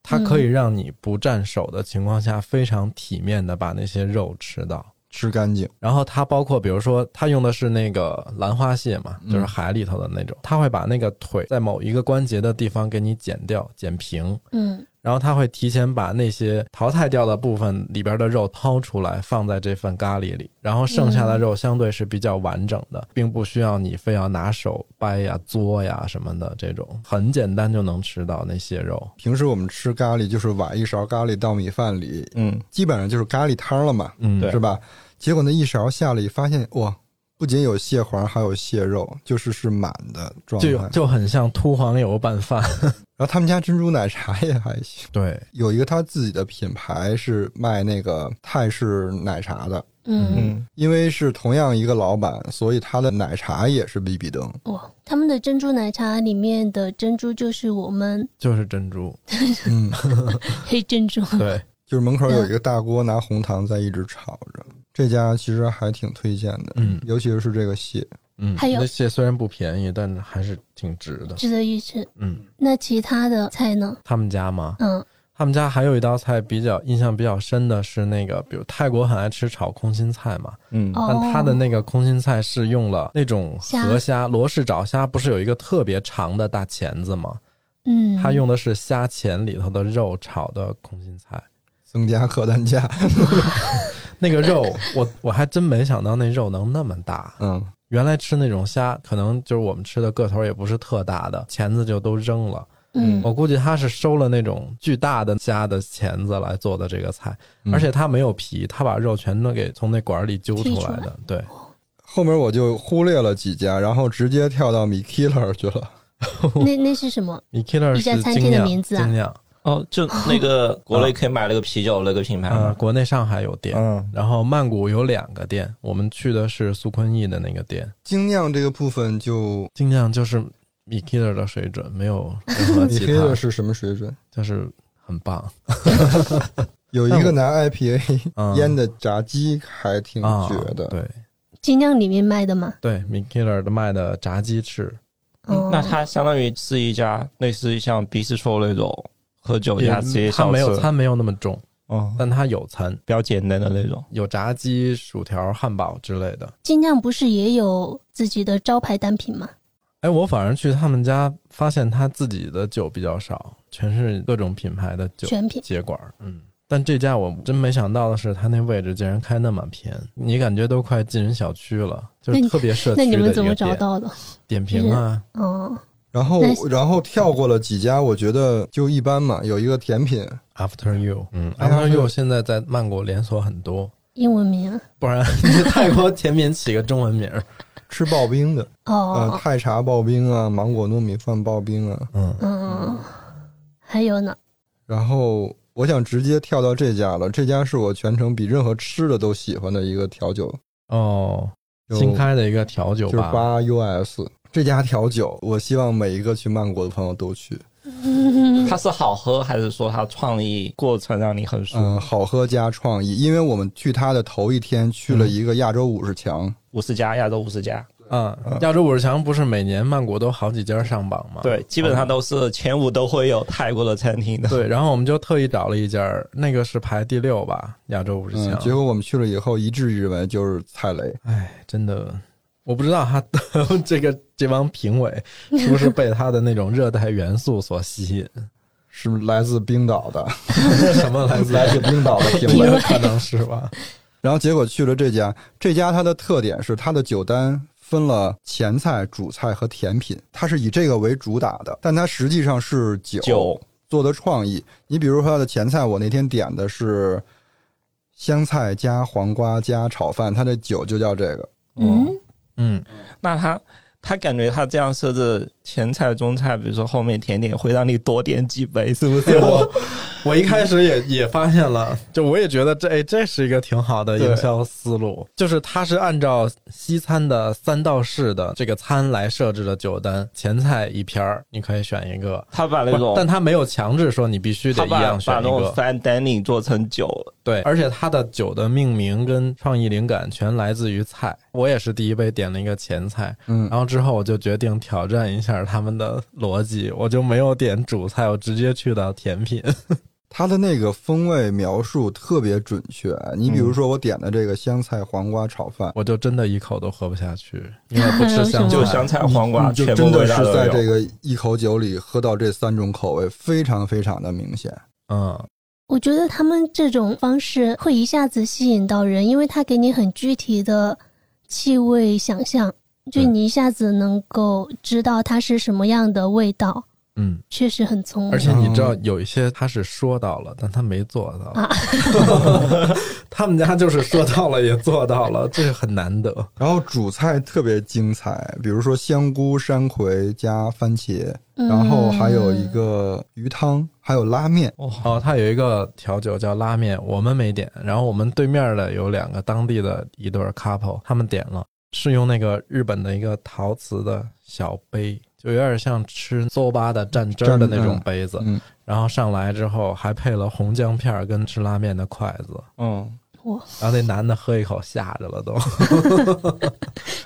C: 它可以让你不沾手的情况下，非常体面的把那些肉吃到。
D: 吃干净，
C: 然后它包括，比如说，它用的是那个兰花蟹嘛，
D: 嗯
C: 就是海里头的那种。它会把那个腿在某一个关节的地方给你剪掉、剪平，
A: 嗯，
C: 然后它会提前把那些淘汰掉的部分里边的肉掏出来，放在这份咖喱里，然后剩下的肉相对是比较完整的，并不需要你非要拿手掰呀、嘬呀什么的这种，很简单就能吃到那蟹肉。
D: 平时我们吃咖喱就是挖一勺咖喱到米饭里，
B: 嗯，
D: 基本上就是咖喱汤了嘛，
C: 嗯，
D: 是吧？结果那一勺下来，发现哇，不仅有蟹黄，还有蟹肉，就是是满的状态。
C: 就
D: 然
C: 就很像秃黄油拌饭。
D: 后他们家珍珠奶茶也还行，
C: 对，
D: 有一个他自己的品牌是卖那个泰式奶茶的，
A: 嗯，
D: 因为是同样一个老板，所以他的奶茶也是比比 登。
A: 哇，他们的珍珠奶茶里面的珍珠就是我们
C: 就是珍珠。
D: 嗯，
A: 黑珍珠，
C: 对，
D: 就是门口有一个大锅，拿红糖在一直炒着。这家其实还挺推荐的，
C: 嗯
D: 尤其是这个蟹，
C: 嗯，
A: 还有
C: 那蟹虽然不便宜，但还是挺值的。
A: 值得一吃。
C: 嗯，
A: 那其他的菜呢？
C: 他们家吗？
A: 嗯，
C: 他们家还有一道菜比较印象比较深的是那个，比如泰国很爱吃炒空心菜嘛，
B: 嗯，
A: 哦
C: 但它的那个空心菜是用了那种河虾、罗氏爪虾，不是有一个特别长的大钳子吗？
A: 嗯，
C: 它用的是虾钳里头的肉炒的空心菜，
D: 增加客单价。
C: 那 个肉我我还真没想到那肉能那么大。
D: 嗯，
C: 原来吃那种虾，可能就是我们吃的个头也不是特大的，钳子就都扔了。
A: 嗯
C: 我估计他是收了那种巨大的虾的钳子来做的这个菜，而且他没有皮，他把肉全都给从那管里揪出
A: 剔出
C: 来的。对，
D: 后面我就忽略了几家，然后直接跳到米 killer 去了。
A: 那那是什么？
C: 米 killer
A: 一
C: 是
A: 家餐
C: 精
A: 厅的
C: 酿
A: 名字啊
C: 精酿，
B: 哦，就那 个国内可以买了个啤酒那个品牌
C: 呃，
B: 嘛，
C: 国内上海有店，
D: 嗯，
C: 然后曼谷有两个店，我们去的是苏坤逸的那个店，
D: 精酿这个部分就
C: 精酿就是米 killer 的水准，没有任何
D: 米
C: 其
D: killer
C: 他，
D: 是什么水准？
C: 就是很棒。
D: 有一个拿 IPA
C: 嗯
D: 腌的炸鸡还挺
C: 啊，
D: 绝的，
C: 对
A: 精酿里面卖的吗？
C: 对，米 killer 的卖的炸鸡翅
A: 哦，
B: 那它相当于是一家类似于像 bistro 那种喝酒
C: 也
B: 呀职业
C: 它
B: 小
C: 没有
B: 吃，
C: 餐没有那么重，
B: 哦，
C: 但它有餐，
B: 比较简单的那种。
C: 有炸鸡、薯条、汉堡之类的。
A: 精酿不是也有自己的招牌单品吗？
C: 哎，我反而去他们家发现他自己的酒比较少，全是各种品牌的酒
A: 全品
C: 接管儿。嗯，但这家我真没想到的是，他那位置竟然开那么偏，你感觉都快进人小区了，就
A: 那
C: 是
A: 你
C: 特别社区
A: 那
C: 的一
A: 你
C: 个
A: 们怎么
C: 店
A: 找到的？
C: 点评啊？
A: 哦，
D: 然后
A: 那
D: 然后跳过了几家，我觉得就一般嘛。有一个甜 品，
C: After You，嗯
D: 哎呀
C: ，After
D: 是
C: You 现在在曼谷连锁很多，
A: 英文名啊
C: 不然 你泰国甜品起个中文名儿，
D: 吃刨冰的，呃，
A: 哦，
D: 泰茶刨冰啊，芒果糯米饭刨冰啊。
C: 嗯，
A: 嗯，还有 呢？
D: 然后我想直接跳到这家了，这家是我全程比任何吃的都喜欢的一个调酒，
C: 哦，
D: 就
C: 新开的一个调酒
D: 就是
C: 吧，
D: 八 US 这家调酒，我希望每一个去曼谷的朋友都去。
C: 哦
B: 它是好喝，还是说它创意过程让你很舒服？
D: 嗯，好喝加创意，因为我们去他的头一天去了一个亚洲五十强，
B: 五十家，亚洲五十家，
C: 嗯，亚洲五十强不是每年曼谷都好几家上榜吗？
B: 对，基本上都是前五都会有泰国的餐厅的。
C: 嗯对，然后我们就特意找了一家儿，那个是排第六吧，亚洲五十
D: 嗯
C: 强。，
D: 结果我们去了以后一致认为就是踩雷。
C: 哎，真的，我不知道他这个这帮评委是不是被他的那种热带元素所吸引，
D: 是来自冰岛的，
C: 什么来自
D: 来自冰岛的 评
A: 评
D: 委
A: 委。
C: 可能是吧？
D: 然后结果去了这家，这家它的特点是它的酒单分了前菜、主菜和甜品，它是以这个为主打的，但它实际上是酒
B: 酒
D: 做的创意。你比如说它的前菜，我那天点的是香菜加黄瓜加炒饭，它的酒就叫这个。
A: 嗯，
C: 嗯，
B: 那他他感觉他这样设置前菜、中菜，比如说后面甜点，会让你多点几杯，是不是？
C: 我我一开始也也发现了，就我也觉得这哎这是一个挺好的营销思路，就是它是按照西餐的三道式的这个餐来设置的酒单，前菜一篇儿，你可以选一个。
B: 他把那种
C: 但他没有强制说你必须得
B: 他
C: 一
B: 把
C: 样选
B: 把
C: 一
B: 那种
C: 个，
B: fine dining 做成酒，
C: 对，而且它的酒的命名跟创意灵感全来自于菜。我也是第一杯点了一个前菜，
D: 嗯
C: 然后之后我就决定挑战一下他们的逻辑，我就没有点主菜，我直接去到甜品。
D: 它的那个风味描述特别准确，你比如说我点的这个香菜黄瓜炒饭，
C: 我就真的一口都喝不下去，因为不吃香
A: 为什
B: 就
A: 么
C: 菜。
B: 香菜、黄瓜，
C: 嗯
D: 你就
B: 全部
D: 真的
B: 味道
D: 是
B: 都
D: 在
B: 有
D: 这个一口酒里喝到这三种口味，非常非常的明显。
C: 嗯，
A: 我觉得他们这种方式会一下子吸引到人，因为他给你很具体的气味想象，就
C: 对
A: 你一下子能够知道它是什么样的味道，
C: 嗯，
A: 确实很聪明。
C: 而且你知道有一些他是说到了，但他没做到。
A: 啊
C: 他们家就是说到了也做到了，这个很难得。
D: 然后主菜特别精彩，比如说香菇、山葵加番茄，
A: 嗯
D: 然后还有一个鱼汤，还有拉面。
C: 哦，它有一个调酒叫拉面，我们没点。然后我们对面的有两个当地的一对儿 couple，他们点了，是用那个日本的一个陶瓷的小杯，就有点像吃 soba 的蘸汁儿的那种杯子。
D: 嗯，
C: 然后上来之后还配了红姜片儿跟吃拉面的筷子。
B: 嗯，
C: 然后那男的喝一口吓着了都，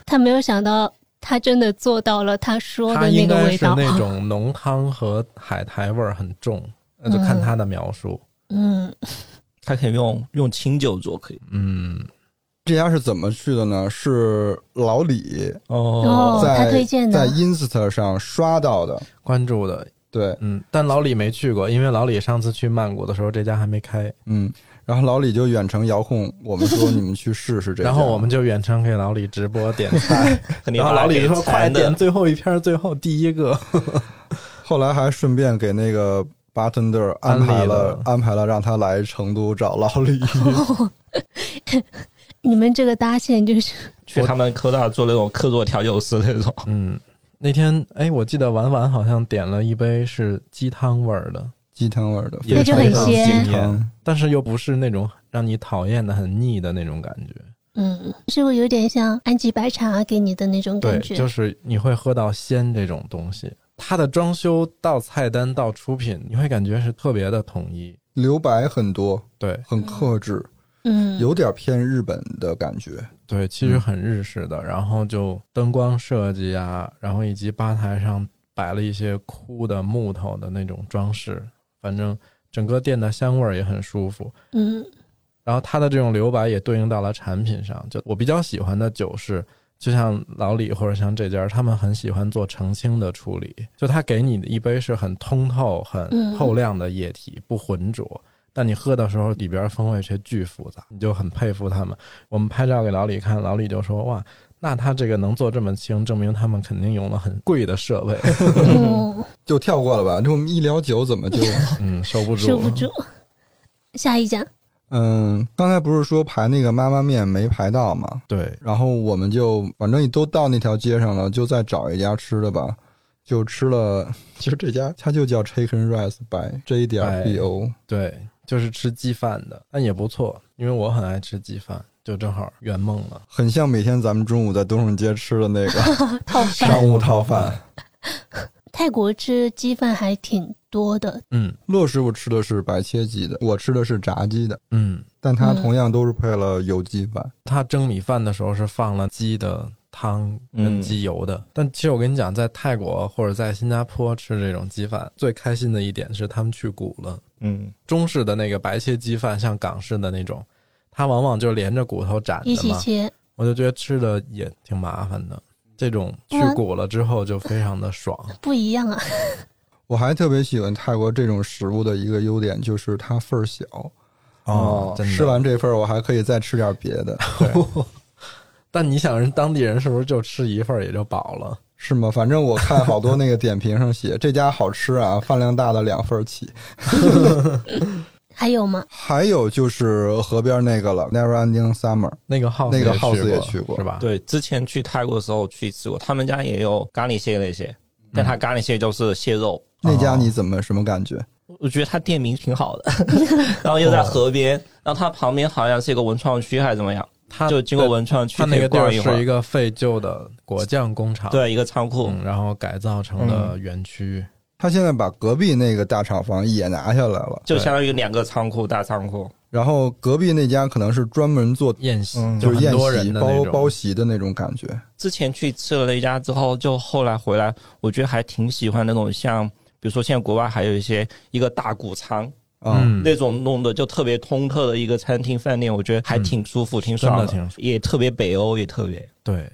A: 他没有想到，他真的做到了他说
C: 他
A: 的那
C: 应
A: 个
C: 该
A: 味
C: 是
A: 道。
C: 那种浓汤和海苔味儿很重，那就看他的描述。
A: 嗯，
B: 他可以用用清酒做，可以
C: 嗯，
D: 这家是怎么去的呢？是老李
A: 哦，
D: 在
A: 他推荐
D: 在
A: 的，
D: Insta 上刷到的，
C: 关注的
D: 对，
C: 嗯，但老李没去过，因为老李上次去曼谷的时候，这家还没开，
D: 嗯。然后老李就远程遥控我们说你们去试试这 家，
C: 然后我们就远程给老李直播点菜，
B: 肯定
C: 然后
B: 把它
C: 老李
B: 给
C: 说：“快
B: 馋的 嗯
C: 点，最后一篇，最后第一个。”
D: 后来还顺便给那个 bartender 安
C: 安
D: 排了
C: 利了
D: 安排了让他来成都找老 李，
A: 你们这个搭线就是
B: 去他们科大做那种客座调酒师那种，
C: 嗯，那天哎，我记得婉婉好像点了一杯是鸡汤味儿的，
D: 鸡汤味儿的，
A: 那就很鲜
D: 鸡汤。
C: 但是又不是那种让你讨厌的、很腻的那种感觉。
A: 嗯，是不是有点像安吉白茶给你的那种
C: 对
A: 感，觉？
C: 就是你会喝到鲜这种东西。它的装修到菜单到出品，你会感觉是特别的统一。
D: 留白很多，
C: 对
D: 很克制，
A: 嗯，
D: 有点偏日本的感觉。
C: 对，其实很日式的，然后就灯光设计啊，然后以及吧台上摆了一些枯的木头的那种装饰，反正整个店的香味儿也很舒服。
A: 嗯
C: 然后它的这种留白也对应到了产品上。就我比较喜欢的酒是，就像老李或者像这家，他们很喜欢做澄清的处理，就他给你的一杯是很通透、
A: 嗯
C: 很透亮的液体，不浑浊。但你喝的时候，里边风味却巨复杂，你就很佩服他们。我们拍照给老李看，老李就说：“哇，那他这个能做这么清，证明他们肯定用了很贵的 设备。
A: 嗯，
D: 就跳过了吧，就我们一聊酒 怎么就”
C: 嗯，收不住，
A: 受不住。下一家，
D: 嗯，刚才不是说排那个妈妈面没排到吗？
C: 对，
D: 然后我们就反正你都到那条街上了，就再找一家吃的吧。就吃了， 其实这家它就叫 Chicken Rice by J 点 B O，
C: 对，就是吃鸡饭的，但也不错，因为我很爱吃鸡饭，就正好圆梦了。
D: 很像每天咱们中午在东胜街吃的那个商务套饭。
A: 泰国吃鸡饭还挺多的，
C: 嗯
D: 骆师傅吃的是白切鸡的，我吃的是炸鸡的，
C: 嗯，
D: 但它
A: 嗯
D: 同样都是配了油鸡饭。
C: 他蒸米饭的时候是放了鸡的汤跟鸡油的，但其实我跟你讲，在泰国或者在新加坡吃这种鸡饭，最开心的一点是他们去骨了。
B: 嗯，
C: 中式的那个白切鸡饭，像港式的那种，它往往就连着骨头斩
A: 一
C: 的
A: 起
C: 嘛，
A: 切，
C: 我就觉得吃的也挺麻烦的。这种去骨了之后就非常的爽，
A: 不一样啊。
D: 我还特别喜欢泰国这种食物的一个优点就是它份儿小
C: 哦真的
D: 吃完这份儿我还可以再吃点别的，
C: 但你想，人当地人是不是就吃一份儿也就饱了？
D: 是吗？反正我看好多那个点评上写这家好吃啊，饭量大的两份儿起。
A: 还有吗？
D: 还有就是河边那个了，Never Ending Summer，
C: 那个 house
D: 那个 house
C: 也
D: 也去过
C: 是吧？
B: 对，之前去泰国的时候去吃过，他们家也有咖喱蟹那些，
C: 嗯
B: 但他咖喱蟹就是蟹肉，
D: 那
C: 哦
D: 家你怎么什么感觉？
B: 我觉得他店名挺好 的，然后又在河边，然后它旁边好像是一个文创区还是怎么样，
C: 它
B: 就经过文创区
C: 它那
B: 可以
C: 个地
B: 逛
C: 儿
B: 一会
C: 是一
B: 儿，
C: 个废旧的果酱工厂，，
B: 对，一个仓库，
C: 嗯，然后改造成
D: 嗯
C: 了园区。
D: 他现在把隔壁那个大厂房也拿下来了，
B: 就相当于两个仓库大仓库，
D: 然后隔壁那家可能是专门做
C: 宴席、
B: 嗯
D: 就是
C: 很
D: 宴
C: 多人
D: 席
C: 的
D: 包
C: 那
D: 包
C: 种，
D: 席的那种感觉。
B: 之前去吃了那家之后，就后来回来，我觉得还挺喜欢那种像，比如说现在国外还有一些一个大谷仓、
D: 嗯，
B: 那种弄的就特别通透的一个餐厅饭店，我觉得还挺舒服、挺爽
C: 嗯真的挺舒
B: 也特别北欧，也特别
C: 对。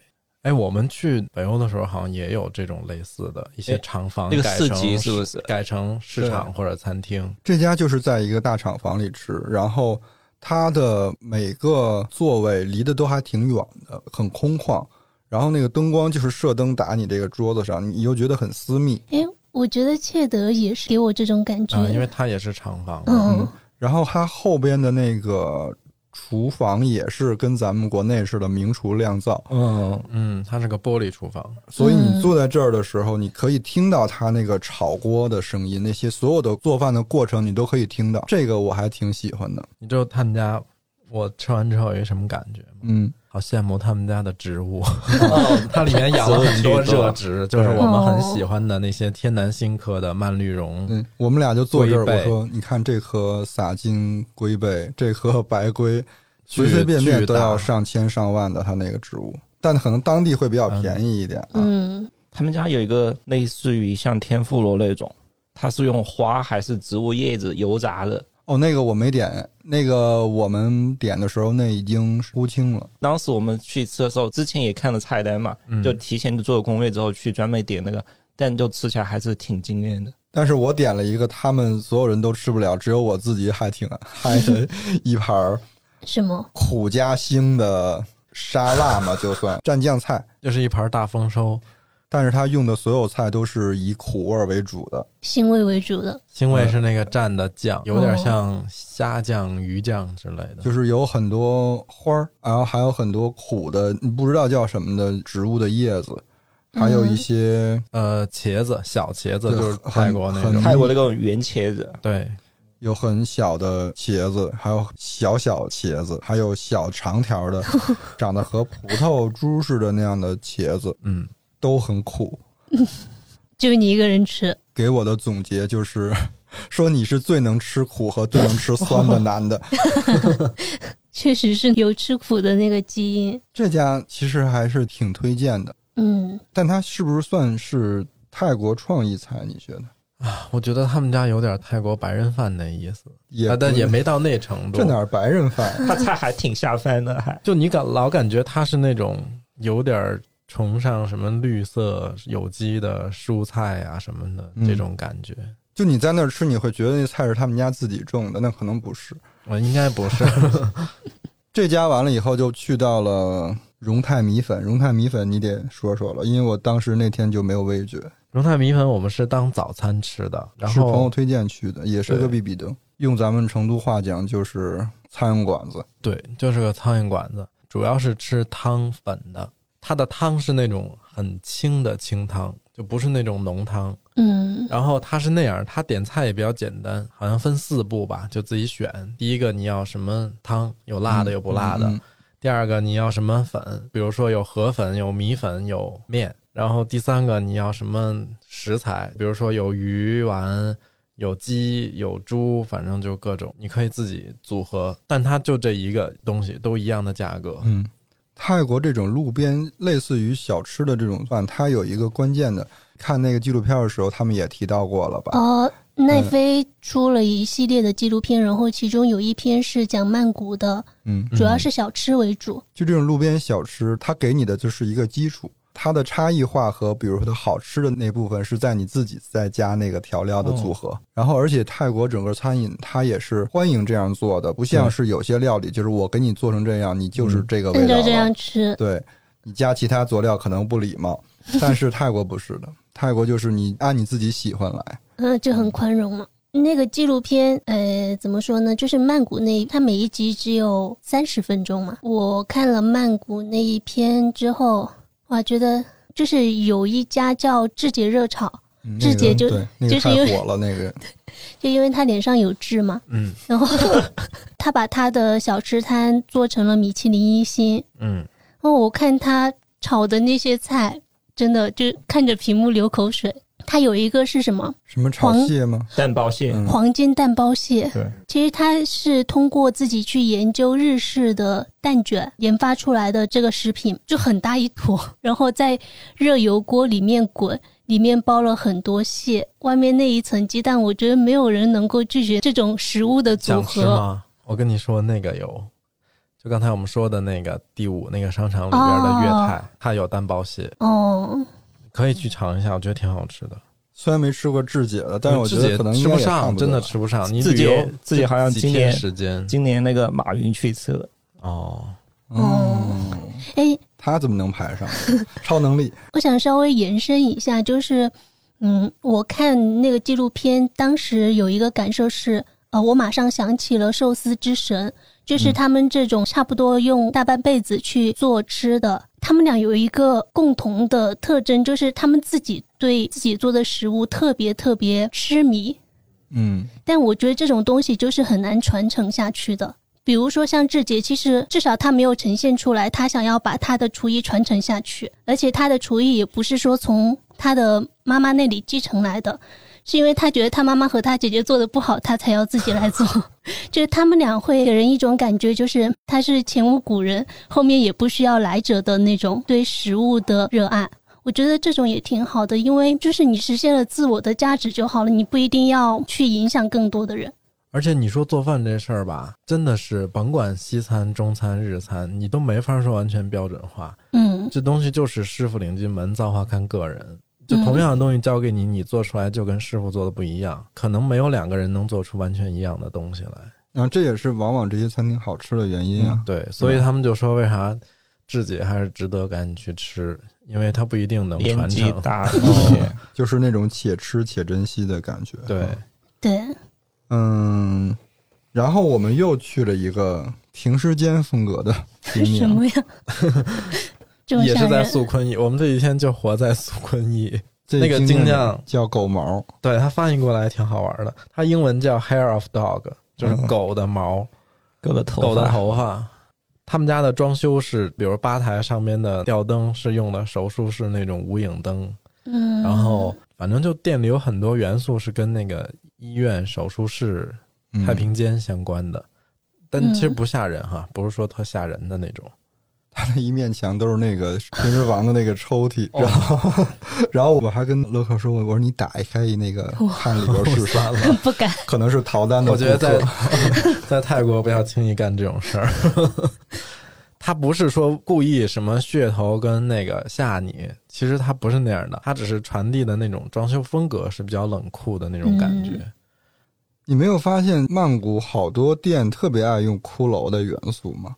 C: 哎，我们去北欧的时候，好像也有这种类似的一些
B: 哎
C: 厂房
B: 那个
C: 改
B: 市
C: 成
B: 集是不是
C: 改成市场或者餐厅？
D: 这家就是在一个大厂房里吃，然后它的每个座位离得都还挺远的，很空旷。然后那个灯光就是射灯打你这个桌子上，你又觉得很私密。
A: 哎，我觉得切德也是给我这种感觉，
D: 嗯
C: 啊，因为它也是厂房。
A: 嗯，
D: 然后它后边的那个厨房也是跟咱们国内似的明厨亮灶，
B: 嗯。
C: 嗯，它是个玻璃厨房，
D: 所以
A: 嗯
D: 你坐在这儿的时候，你可以听到它那个炒锅的声音，那些所有的做饭的过程你都可以听到。这个我还挺喜欢的。
C: 你知道他们家我吃完之后有什么感觉吗？
D: 嗯，
C: 好羡慕他们家的植物，
D: 哦
C: 它里面养了很
B: 植
C: 多
B: 物巨多
C: 热植，就是我们很喜欢的那些天南星科的蔓绿绒，
D: 嗯，我们俩就坐这儿，
C: 龟背
D: 我说你看这颗洒金龟背，这颗白龟，
C: 巨
D: 随随便便都要
C: 巨大
D: 上千上万的，它那个植物，但可能当地会比较便宜一点。啊。
A: 嗯，
B: 他们家有一个类似于像天妇罗那种，它是用花还是植物叶子油炸的。
D: 哦，那个我没点，那个我们点的时候那已经出清了。
B: 当时我们去吃的时候，之前也看了菜单嘛，
C: 嗯
B: 就提前做了攻略之后去专门点那个，但就吃起来还是挺惊艳的。
D: 但是我点了一个他们所有人都吃不了，只有我自己还挺 嗨的一盘儿
A: 什么？
D: 苦加腥的沙拉嘛，就算蘸酱菜。
C: 就是一盘大丰收，
D: 但是它用的所有菜都是以苦味儿为主的。
A: 腥味为主的，
C: 腥
D: 嗯
C: 味是那个蘸的酱，有
A: 哦
C: 点像虾酱、鱼酱之类的。
D: 就是有很多花儿，然后还有很多苦的，你不知道叫什么的植物的叶子，还有一些、
C: 呃，茄子，小茄子
D: 对
C: 就是
D: 很
C: 泰国那
D: 很
C: 种，
B: 泰国那个圆茄子，
C: 对，
D: 有很小的茄子，还有小小茄子，还有小长条的，长得和葡萄珠似的那样的茄子，
C: 嗯，
D: 都很苦。
A: 就你一个人吃，
D: 给我的总结就是，说你是最能吃苦和最能吃酸的男 的。
A: 确实是有吃苦的那个基因。
D: 这家其实还是挺推荐的，
A: 嗯，
D: 但它是不是算是泰国创意菜？你觉得？
C: 我觉得他们家有点泰国白人饭那意思，
D: 也
C: 啊但
D: 不
C: 也没到那程度。
D: 这哪儿白人饭？
B: 他菜还挺下饭的， 还
C: 就你感老感觉它是那种有点儿崇尚什么绿色有机的蔬菜啊什么的
D: 嗯
C: 这种感觉。
D: 就你在那儿吃，你会觉得那菜是他们家自己种的，那可能不是。
C: 我应该不是，
D: 这家完了以后，就去到了荣泰米粉。荣泰米粉你得说说了，因为我当时那天就没有味觉，
C: 荣泰米粉我们是当早餐吃的，然
D: 是朋友
C: 后
D: 推荐去的，也是个
C: 对
D: 必比登。用咱们成都话讲，就是苍蝇馆子。
C: 对，就是个苍蝇馆子，主要是吃汤粉的。它的汤是那种很清的清汤，就不是那种浓汤。
A: 嗯，
C: 然后它是那样，它点菜也比较简单，好像分四步吧，就自己选。第一个你要什么汤，有辣的有不辣的；
D: 嗯嗯
C: 第二个你要什么粉，比如说有河粉、有米粉、有面；然后第三个你要什么食材，比如说有鱼丸、有鸡、有猪，反正就各种，你可以自己组合。但它就这一个东西，都一样的价格。
D: 嗯，泰国这种路边类似于小吃的这种饭，它有一个关键的，看那个纪录片的时候，他们也提到过了吧？
A: 哦，奈飞出了一系列的纪录片，然后其中有一篇是讲曼谷的，
D: 嗯，
A: 主要是小吃为主。
D: 就这种路边小吃，它给你的就是一个基础，它的差异化和比如说它好吃的那部分是在你自己再加那个调料的组合。然后，而且泰国整个餐饮它也是欢迎这样做的，不像是有些料理就是我给你做成这样，你就是这个味
A: 按
D: 道
A: 照
D: 了。
A: 嗯这样吃，
D: 对你加其他佐料可能不礼 貌，但是泰国不是的，泰国就是你按你自己喜欢来。
A: 嗯，就很宽容嘛。那个纪录片，呃，怎么说呢？就是曼谷那，它每一集只有三十分钟嘛。我看了曼谷那一篇之后，哇，觉得就是有一家叫“智姐热炒
D: 嗯
A: 志
D: 那个
A: 姐就
D: 对那个
A: 就是
D: 太
A: 因为
D: 火了，那个”，
A: 就因为他脸上有痣嘛，
C: 嗯
A: 然 后他把他的小吃摊做成了米其林一星。
C: 嗯，
A: 然后我看他炒的那些菜，真的就看着屏幕流口水。他有一个是什么？
D: 什么炒
A: 黄
D: 蟹吗？
B: 蛋包蟹，
D: 嗯
A: 黄金蛋包蟹。
D: 对，
A: 其实它是通过自己去研究日式的蛋卷研发出来的这个食品，就很大一坨， 然后在热油锅里面滚，里面包了很多蟹，外面那一层鸡蛋，我觉得没有人能够拒绝这种食物的组
C: 想吃
A: 合。
C: 吗？我跟你说，那个有，就刚才我们说的那个第五那个商场里边的粤菜，它有蛋包蟹，
A: 哦，
C: 可以去尝一下，我觉得挺好吃的。
D: 虽然没吃过志姐的，但是我觉得可能
C: 吃
D: 应该
C: 不
D: 也差
C: 上，
D: 多
C: 真的
D: 吧
C: 吃不上。你
B: 自己
C: 旅游
B: 自己好像
C: 几
B: 今
C: 天
B: 年
C: 时间
B: 今年那个马云去吃了，
C: 哦，
A: 哦
D: 嗯
A: 哎，
D: 他怎么能排上？ 超能力，
A: 我想稍微延伸一下，就是，嗯，我看那个纪录片，当时有一个感受是，呃，我马上想起了寿司之神，就是他们这种差不多用大半辈子去做吃的，他们俩有一个共同的特征，就是他们自己对自己做的食物特别特别痴迷。
D: 嗯，
A: 但我觉得这种东西就是很难传承下去的。比如说像志杰，其实至少他没有呈现出来，他想要把他的厨艺传承下去，而且他的厨艺也不是说从他的妈妈那里继承来的，是因为他觉得他妈妈和他姐姐做的不好，他才要自己来做。 就是他们俩会给人一种感觉，就是他是前无古人，后面也不需要来者的那种对食物的热爱。我觉得这种也挺好的，因为就是你实现了自我的价值就好了，你不一定要去影响更多的人。
C: 而且你说做饭这事儿吧，真的是甭管西餐、中餐、日餐，你都没法说完全标准化。
A: 嗯，
C: 这东西就是师傅领进门，造化看个人。就
A: 嗯
C: 同样的东西交给你，你做出来就跟师傅做的不一样，可能没有两个人能做出完全一样的东西来。
D: 然后这也是往往这些餐厅好吃的原因啊。
C: 对，所以他们就说为啥质姐还是值得赶紧去吃，因为它不一定能
B: 年
C: 传
B: 纪
C: 承。
B: 大一些，
D: 就是那种且吃且珍惜的感觉。
C: 嗯对，
A: 对，
D: 嗯，然后我们又去了一个停尸间风格的景
A: 什
D: 点，
A: 么呀？ 这么
C: 啊也是
A: 吓
C: 在
A: 人，
C: 素坤驿，我们这几天就活在素坤驿。
D: 这
C: 那个
D: 景
C: 景
D: 点
C: 象
D: 叫狗毛，
C: 对，它翻译过来挺好玩的，它英文叫 hair of dog，就是
B: 嗯
C: 狗的毛，
B: 狗的头发，
C: 狗的头发。他们家的装修是，比如吧台上面的吊灯是用的手术室那种无影灯，
A: 嗯，
C: 然 后反正就店里有很多元素是跟那个医院、手术室、
D: 嗯
C: 太平间相关的，但
A: 嗯
C: 其实不吓人哈，不是说特吓人的那种。
D: 它的一面墙都是那 个停尸房的那个抽屉，
C: 哦
D: 然后 然后我还跟乐克说，我说你打开那个
A: 哇
D: 看里边是啥，
A: 不敢，
D: 可能是逃单的
C: 我
D: 顾
C: 觉
D: 客，
C: 得在 在泰国不要轻易干这种事儿。 他不是说故意什么噱头跟那个吓你，其实他不是那样的，他只是传递的那种装修风格是比较冷酷的那种感觉。
A: 嗯
D: 你没有发现曼谷好多店特别爱用骷髅的元素吗？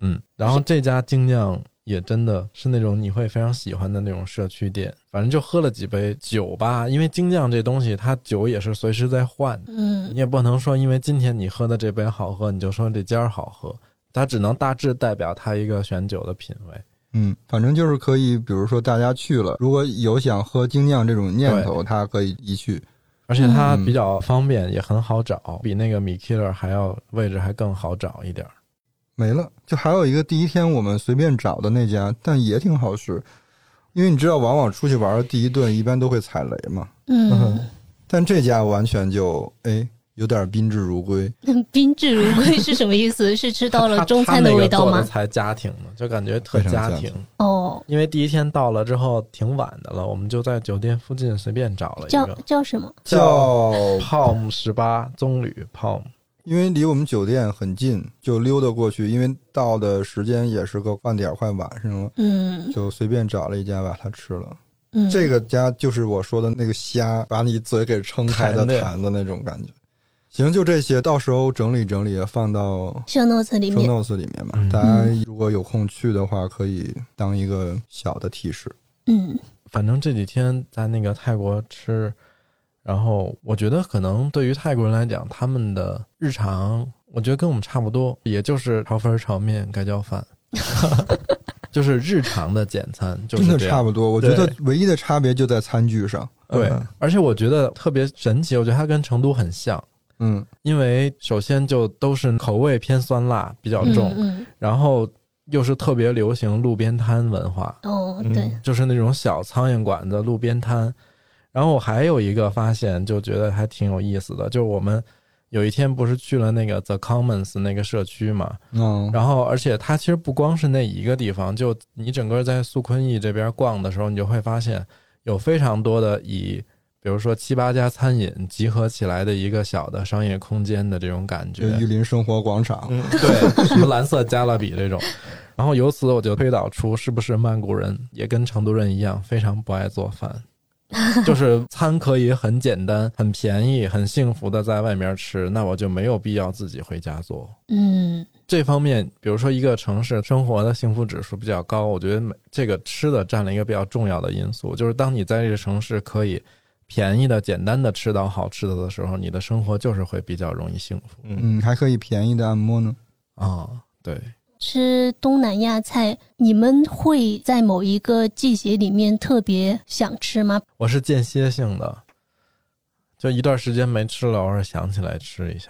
C: 嗯，然后这家精酿也真的是那种你会非常喜欢的那种社区店，反正就喝了几杯酒吧，因为精酿这东西它酒也是随时在换的，
A: 嗯
C: 你也不能说因为今天你喝的这杯好喝，你就说这家儿好喝，它只能大致代表它一个选酒的品味。
D: 嗯，反正就是可以，比如说大家去了，如果有想喝精酿这种念头，他可以一去。
C: 而且它
D: 嗯
C: 比较方便，也很好找，比那个米 killer 还要位置还更好找一点儿。
D: 没了，就还有一个第一天我们随便找的那家，但也挺好吃，因为你知道，往往出去玩的第一顿一般都会踩雷嘛。
A: 嗯，
D: 但这家完全就哎，有点宾至如归。
A: 那宾至如归是什么意思？是吃到了
C: 它
A: 中
C: 它
A: 餐
C: 那个
A: 味道
C: 做得
A: 吗？
C: 才家庭呢，就感觉特
D: 非常
C: 家
D: 家
C: 庭。
A: 哦，
C: 因为第一天到了之后挺晚的了，我们就在酒店附近随便找了一
A: 叫
C: 个
A: 叫什么？
D: 叫，
C: Palm 十八棕榈 Palm，
D: 因为离我们酒店很近，就溜达过去。因为到的时间也是个饭点儿，快晚上了，
A: 嗯
D: 就随便找了一家把它吃了。
A: 嗯，
D: 这个家就是我说的那个虾，把你嘴给撑开的
C: 弹的
D: 弹的那种感觉。行，就这些，到时候整理整理，放到
A: 嗯 show notes 里
D: show
A: 面，
D: notes 里面嘛。
C: 嗯
D: 大家如果有空去的话，可以当一个小的提示。
A: 嗯
C: 反正这几天在那个泰国吃，然后我觉得可能对于泰国人来讲，他们的日常我觉得跟我们差不多，也就是炒粉、炒面、盖浇饭， 就是日常的简餐，就
D: 真
C: 是
D: 的
C: 这
D: 差
C: 样。
D: 不多，我觉得
C: 对
D: 唯一的差别就在餐具上。
C: 对
D: 嗯，
C: 而且我觉得特别神奇，我觉得它跟成都很像，
D: 嗯，
C: 因为首先就都是口味偏酸辣比较
A: 嗯
C: 重，
A: 嗯，
C: 然后又是特别流行路边摊文化，
A: 哦
B: 嗯
A: 对，
C: 就是那种小苍蝇馆子、路边摊。然后我还有一个发现，就觉得还挺有意思的，就是我们有一天不是去了那个 The Commons 那个社区嘛，
D: 嗯，
C: 然后而且它其实不光是那一个地方，就你整个在素坤驿这边逛的时候，你就会发现有非常多的以比如说七八家餐饮集合起来的一个小的商业空间的这种感觉，
D: 就玉林生活广场。
B: 嗯，
C: 对，什么蓝色加勒比这种。 然后由此我就推导出，是不是曼谷人也跟成都人一样，非常不爱做饭，就是餐可以很简单、很便宜、很幸福的在外面吃，那我就没有必要自己回家做。
A: 嗯
C: 这方面，比如说一个城市生活的幸福指数比较高，我觉得每这个吃的占了一个比较重要的因素。就是当你在这个城市可以便宜的、简单的吃到好吃的的时候，你的生活就是会比较容易幸福
B: 嗯，
D: 嗯，还可以便宜的按摩呢。
C: 啊、对，
A: 吃东南亚菜，你们会在某一个季节里面特别想吃吗？
C: 我是间歇性的，就一段时间没吃了，偶尔想起来吃一下。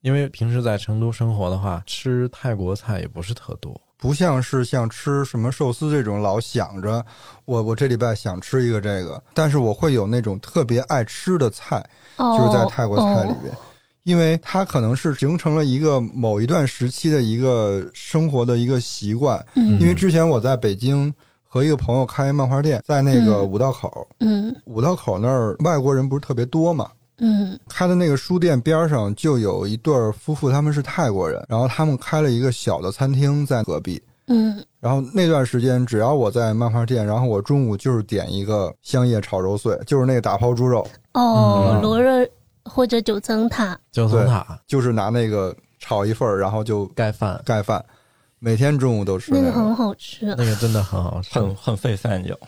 C: 因为平时在成都生活的话，吃泰国菜也不是特多。
D: 不像是像吃什么寿司这种老想着我我这礼拜想吃一个这个，但是我会有那种特别爱吃的菜，
A: 哦，
D: 就是在泰国菜里
A: 哦
D: 边，因为它可能是形成了一个某一段时期的一个生活的一个习惯。
A: 嗯
D: 因为之前我在北京和一个朋友开漫画店，在那个
A: 嗯
D: 五道口，
A: 嗯
D: 五道口那儿外国人不是特别多嘛，
A: 嗯
D: 开的那个书店边上就有一对儿夫妇，他们是泰国人，然后他们开了一个小的餐厅在隔壁。
A: 嗯
D: 然后那段时间，只要我在漫画店，然后我中午就是点一个香叶炒肉碎，就是那个打抛猪肉，
A: 哦
D: 嗯，
A: 罗勒或者九层塔，
C: 九层塔
D: 就是拿那个炒一份儿，然后就
C: 盖饭，
D: 盖饭。每天中午都吃
A: 那个
D: 个
A: 很好吃。
C: 那个真的很好吃。
B: 很很费饭就。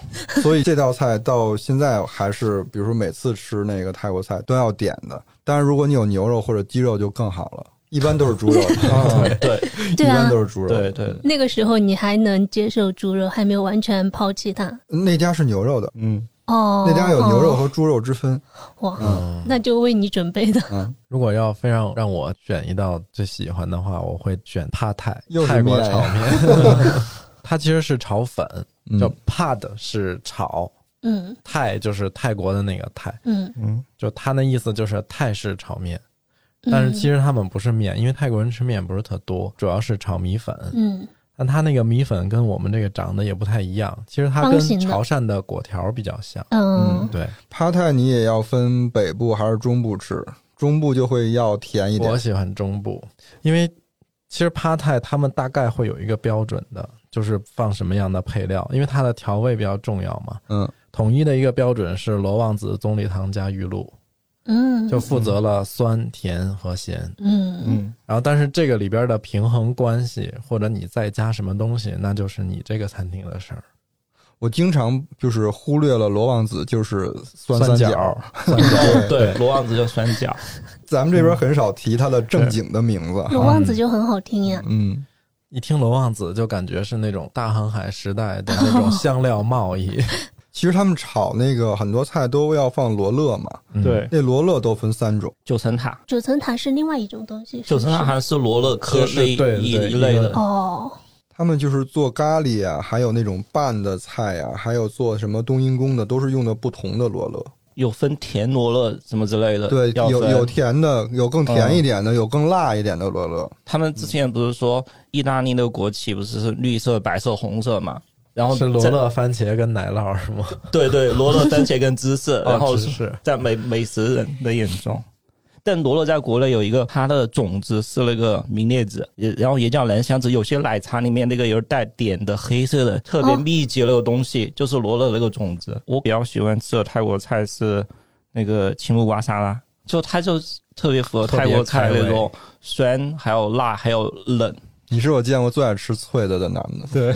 D: 所以这道菜到现在还是，比如说每次吃那个泰国菜都要点的。当然，如果你有牛肉或者鸡肉就更好了，一般都是猪肉，啊
B: 对
D: 一
A: 对
D: 般
A: 啊
D: 都，是猪肉。
B: 对对，
A: 那个时候你还能接受猪肉，还没有完全抛弃它。
D: 那家是牛肉的，
B: 嗯，
A: 哦，
D: 那家有牛肉和猪肉之分。
A: 哦哇，
D: 嗯
A: 那就为你准备的。
D: 嗯，
C: 如果要非让让我选一道最喜欢的话，我会选帕泰
D: 又是
C: 泰国
D: 面呀
C: 炒 面。它其实是炒粉，
D: 嗯
C: 叫 pad 是炒，
A: 嗯
C: 泰就是泰国的那个泰，
A: 嗯，
C: 就它那意思就是泰式炒面。
A: 嗯
C: 但是其实他们不是面，因为泰国人吃面不是特多，主要是炒米粉。
A: 嗯
C: 但它那个米粉跟我们这个长得也不太一样，其实它
A: 方
C: 跟
A: 形的
C: 潮汕的果条比较像。
A: 嗯
C: 对，
D: 帕泰你也要分北部还是中部吃，中部就会要甜一
C: 我
D: 点。
C: 喜欢中部，因为其实帕泰他们大概会有一个标准的，就是放什么样的配料，因为它的调味比较重要嘛。
D: 嗯，
C: 统一的一个标准是罗旺子、棕榈糖加玉露，
A: 嗯，
C: 就负责了酸、甜和咸。
A: 嗯
B: 嗯
C: 然后，但是这个里边的平衡关系，或者你再加什么东西，那就是你这个餐厅的事儿。
D: 我经常就是忽略了罗旺子，就是酸
C: 酸
D: 角。
C: 角
B: 对，罗旺子叫酸角，
D: 咱们这边很少提它的正经的名字。
A: 罗
D: 哈
A: 旺子就很好听呀。
D: 嗯，
C: 一听罗旺子就感觉是那种大航海时代的那种香料 贸易。
D: 其实他们炒那个很多菜都要放罗勒嘛，
C: 嗯，
D: 那罗勒都分三种，
B: 九层塔，
A: 九层塔是另外一种东西，是
B: 九
A: 不是
B: 层塔好像是罗勒科
C: 是
B: 类
C: 对
B: 一
C: 对
B: 一类的，
A: 哦，
D: 他们就是做咖喱啊，还有那种拌的菜啊，还有做什么冬阴功的，都是用的不同的罗勒。
B: 有分甜罗勒什么之类的。
D: 对，
B: 要
D: 有
B: 分
D: 有甜的，有更甜一点的，有更辣一点的罗勒。
B: 他们之前不是说意大利的国旗不是是绿色、白色、红色嘛？然后
C: 是罗
B: 哦在，
C: 勒、番茄跟奶酪是吗？
B: 对对，罗勒、番茄跟芝士，然后
C: 哦芝士
B: 在美美食人的眼中。但罗勒在国内有一个，它的种子是那个明列子，也然后也叫兰香子。有些奶茶里面那个有带点的黑色的，特别
A: 哦
B: 密集的那个东西，就是罗勒那个种子。我比较喜欢吃的泰国菜是那个青木瓜沙拉，就它就特别符合
C: 特别
B: 泰国菜
C: 开胃
B: 那种酸，还有辣，还有冷。
D: 你是我见过最爱吃脆的的男的。对，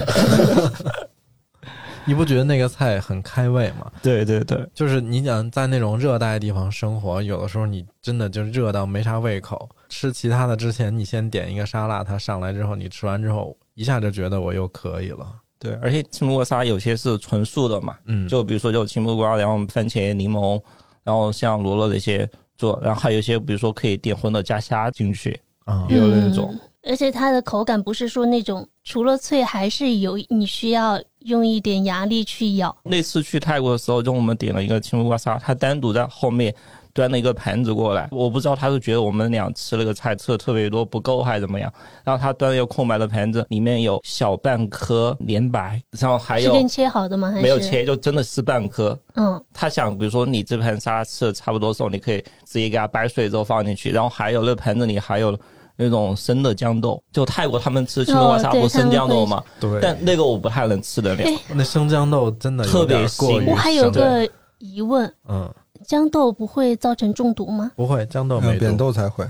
C: 你不觉得那个菜很开胃吗？
B: 对对对，
C: 就是你想在那种热带的地方生活，有的时候你真的就热到没啥胃口。吃其他的之前，你先点一个沙拉，它上来之后，你吃完之后一下就觉得我又可以了。
B: 对，而且青木瓜沙有些是纯素的嘛，
C: 嗯，
B: 就比如说有青木瓜，然后番茄、柠檬，然后像罗勒那些做，然后还有一些比如说可以点荤的加虾进去，
C: 啊、
B: 也有那种
A: 嗯。而且它的口感不是说那种除了脆，还是有你需要用一点牙力去咬。
B: 那次去泰国的时候，就我们点了一个青木瓜沙，他单独在后面端了一个盘子过来，我不知道他是觉得我们俩吃那个菜吃的特别多不够还是怎么样，然后他端了一个空白的盘子，里面有小半颗莲白，然后还
A: 是
B: 有
A: 跟切好的吗？还是
B: 没有？切，就真的是半颗，
A: 嗯
B: 他想，比如说你这盘沙拉吃的差不多的时候，你可以直接给它掰碎之后放进去，然后还有那盘子里还有那种生的豇豆，就泰国他们吃青瓜沙
A: 哦对
B: 不生豇豆嘛，
C: 对
B: 但那个我不太能吃得了
A: 哎。
C: 那生豇豆真的有点
B: 特
C: 过于
B: 别腥
A: 我还有
C: 生了
A: 个疑问，
C: 嗯，
A: 豇豆不会造成中毒吗？
C: 不会豇豆没
D: 呃扁
C: 毒，
D: 豆才会，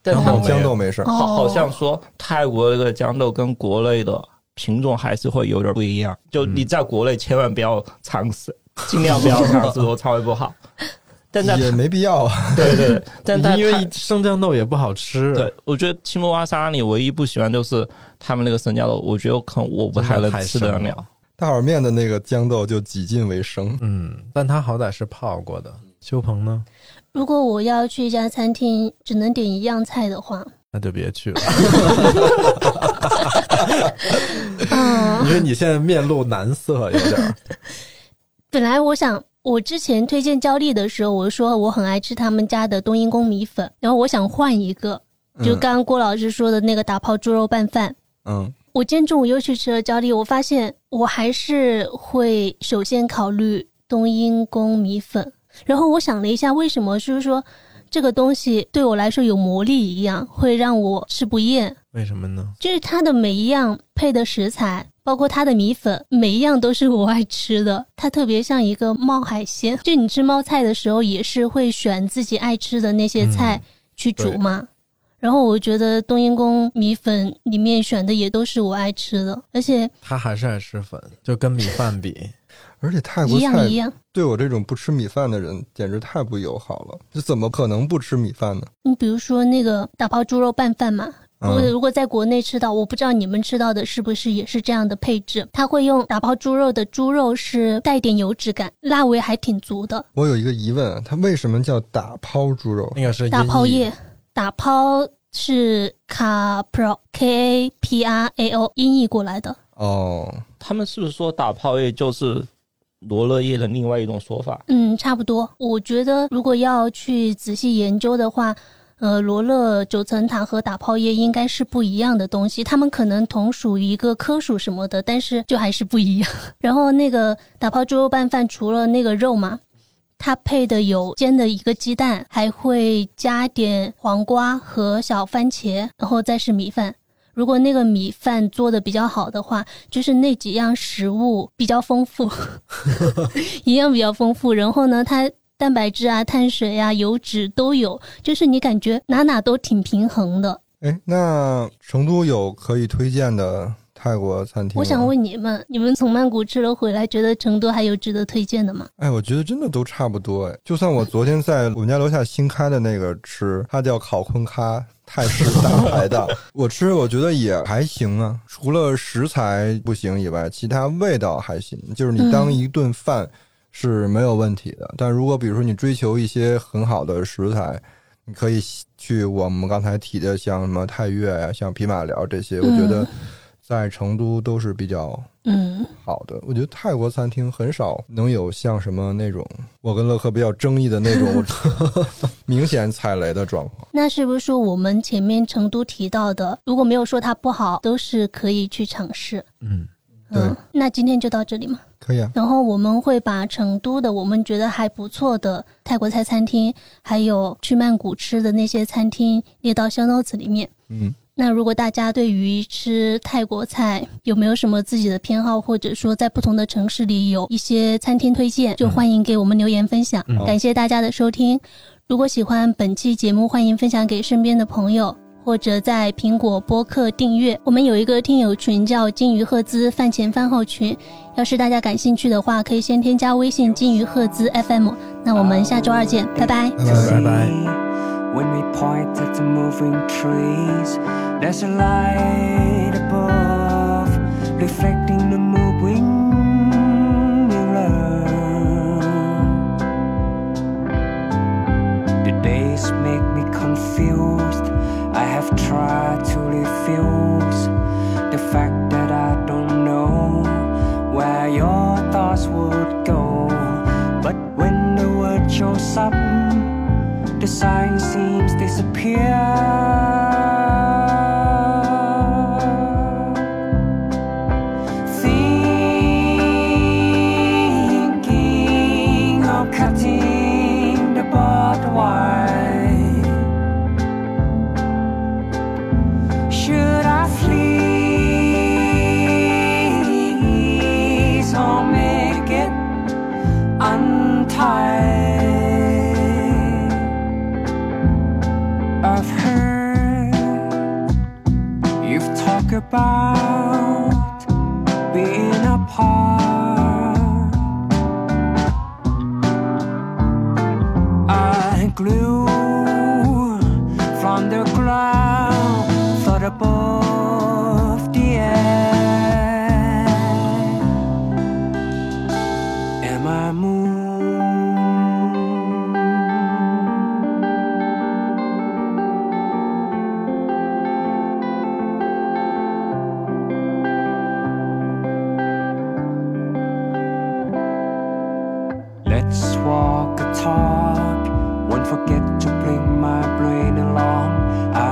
B: 但
C: 然
B: 他
C: 后
B: 们
D: 豇豆没事儿。
B: 好
A: 哦
B: 好像说泰国那个豇豆跟国内的品种还是会有点不一样，就你在国内千万不要尝试，尽量不要尝试，我肠胃不好。但在
D: 也没必要啊，
B: 对对，对但在
C: 因为
B: 泰
C: 生豇豆也不好吃。
B: 对，我觉得青木瓜沙拉里唯一不喜欢就是他们那个生姜豆，我觉得可能我不太能吃得
C: 真的太生
B: 了
C: 了。
D: 大碗面的那个豇豆就几近为生。
C: 嗯，但它好歹是泡过的。
B: 嗯
C: 修鹏呢，
A: 如果我要去一家餐厅，只能点一样菜的 话，
C: 那就别去了，
A: 嗯，
C: 因为你现在面露难色，有点儿。
A: 本来我想，我之前推荐焦丽的时候，我说我很爱吃他们家的冬阴功米粉，然后我想换一个，就
D: 嗯
A: 刚刚郭老师说的那个打泡猪肉拌饭。
D: 嗯，
A: 我今天中午又去吃了焦丽，我发现我还是会首先考虑冬阴功米粉。然后我想了一下，为什么就是说这个东西对我来说有魔力一样，会让我吃不厌。
C: 为什么呢？
A: 就是它的每一样配的食材，包括它的米粉，每一样都是我爱吃的。它特别像一个冒海鲜，就
D: 嗯
A: 你吃冒菜的时候，也是会选自己爱吃的那些菜去煮嘛。然后我觉得冬阴功米粉里面选的也都是我爱吃的，而且
F: 他还是爱吃粉，就跟米饭比，
D: 而且泰国
A: 一样
D: 菜
A: 一样。
D: 对我这种不吃米饭的人简直太不友好了，这怎么可能不吃米饭呢？
A: 你比如说那个打泡猪肉拌饭嘛，
D: 嗯
A: 我如果在国内吃到，我不知道你们吃到的是不是也是这样的配置。他会用打泡猪肉的猪肉是带点油脂感，辣味还挺足的。
D: 我有一个疑问，啊它为什么叫打抛猪肉？
F: 那个是
A: 打泡
F: 音译
A: 叶，打泡是 capro k a p r a o 音译过来的。
D: 哦，
B: 他们是不是说打泡叶就是罗勒叶的另外一种说法？
A: 嗯，差不多。我觉得如果要去仔细研究的话，呃，罗勒、九层塔和打泡叶应该是不一样的东西，它们可能同属于一个科属什么的，但是就还是不一样。 然后那个打泡猪肉拌饭，除了那个肉嘛，它配的有煎的一个鸡蛋，还会加点黄瓜和小番茄，然后再是米饭。如果那个米饭做的比较好的话，就是那几样食物比较丰富。营养比较丰富，然后呢，它蛋白质啊、碳水啊、油脂都有，就是你感觉哪哪都挺平衡的。
D: 哎，那成都有可以推荐的泰国餐厅吗？
A: 我想问你们，你们从曼谷吃了回来，觉得成都还有值得推荐的吗？
D: 哎，我觉得真的都差不多哎。就算我昨天在我们家楼下新开的那个吃，它叫烤坤咖泰式大排档， 我吃我觉得也还行啊，除了食材不行以外，其他味道还行，就是你当
A: 嗯
D: 一顿饭是没有问题的。但如果比如说你追求一些很好的食材，你可以去我们刚才提的像什么泰越呀、像匹马寮这些，我觉得
A: 嗯
D: 在成都都是比较
A: 嗯，
D: 好的，我觉得泰国餐厅很少能有像什么那种我跟乐克比较争议的那 种明显踩雷的状况。
A: 那是不是说我们前面成都提到的，如果没有说它不好，都是可以去尝试？
F: 嗯，
A: 嗯
D: 对，
A: 那今天就到这里嘛。
D: 可以啊，
A: 然后我们会把成都的我们觉得还不错的泰国菜餐厅，还有去曼谷吃的那些餐厅列到 show notes 里面。
D: 嗯，
A: 那如果大家对于吃泰国菜有没有什么自己的偏好，或者说在不同的城市里有一些餐厅推荐，就欢迎给我们留言分享。
F: 嗯
A: 感谢大家的收听。如果喜欢本期节目，欢迎分享给身边的朋友，或者在苹果播客订阅。我们有一个听友群叫“金鱼赫兹饭前饭后群”，要是大家感兴趣的话，可以先添加微信“金鱼赫兹 FM”。那我们下周二见，拜拜。
D: 拜拜。
F: Bye-bye.
G: When we point at the moving trees, there's a light above reflecting the moving mirror. The days make me confused. I have tried to refuse the fact that I don't know where your thoughts would go. But when the word shows up, the sign seems disappear. Thinking of cutting the bud wide. Should I flee or make it untied? I've heard you've talked about being apart. I glue from the ground, thought above the air. Am I moon? Let's walk a talk. Won't forget to bring my brain along.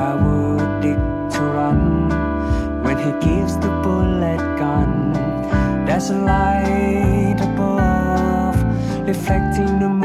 G: I would dig to run when he gives the bullet gun. There's a light above reflecting the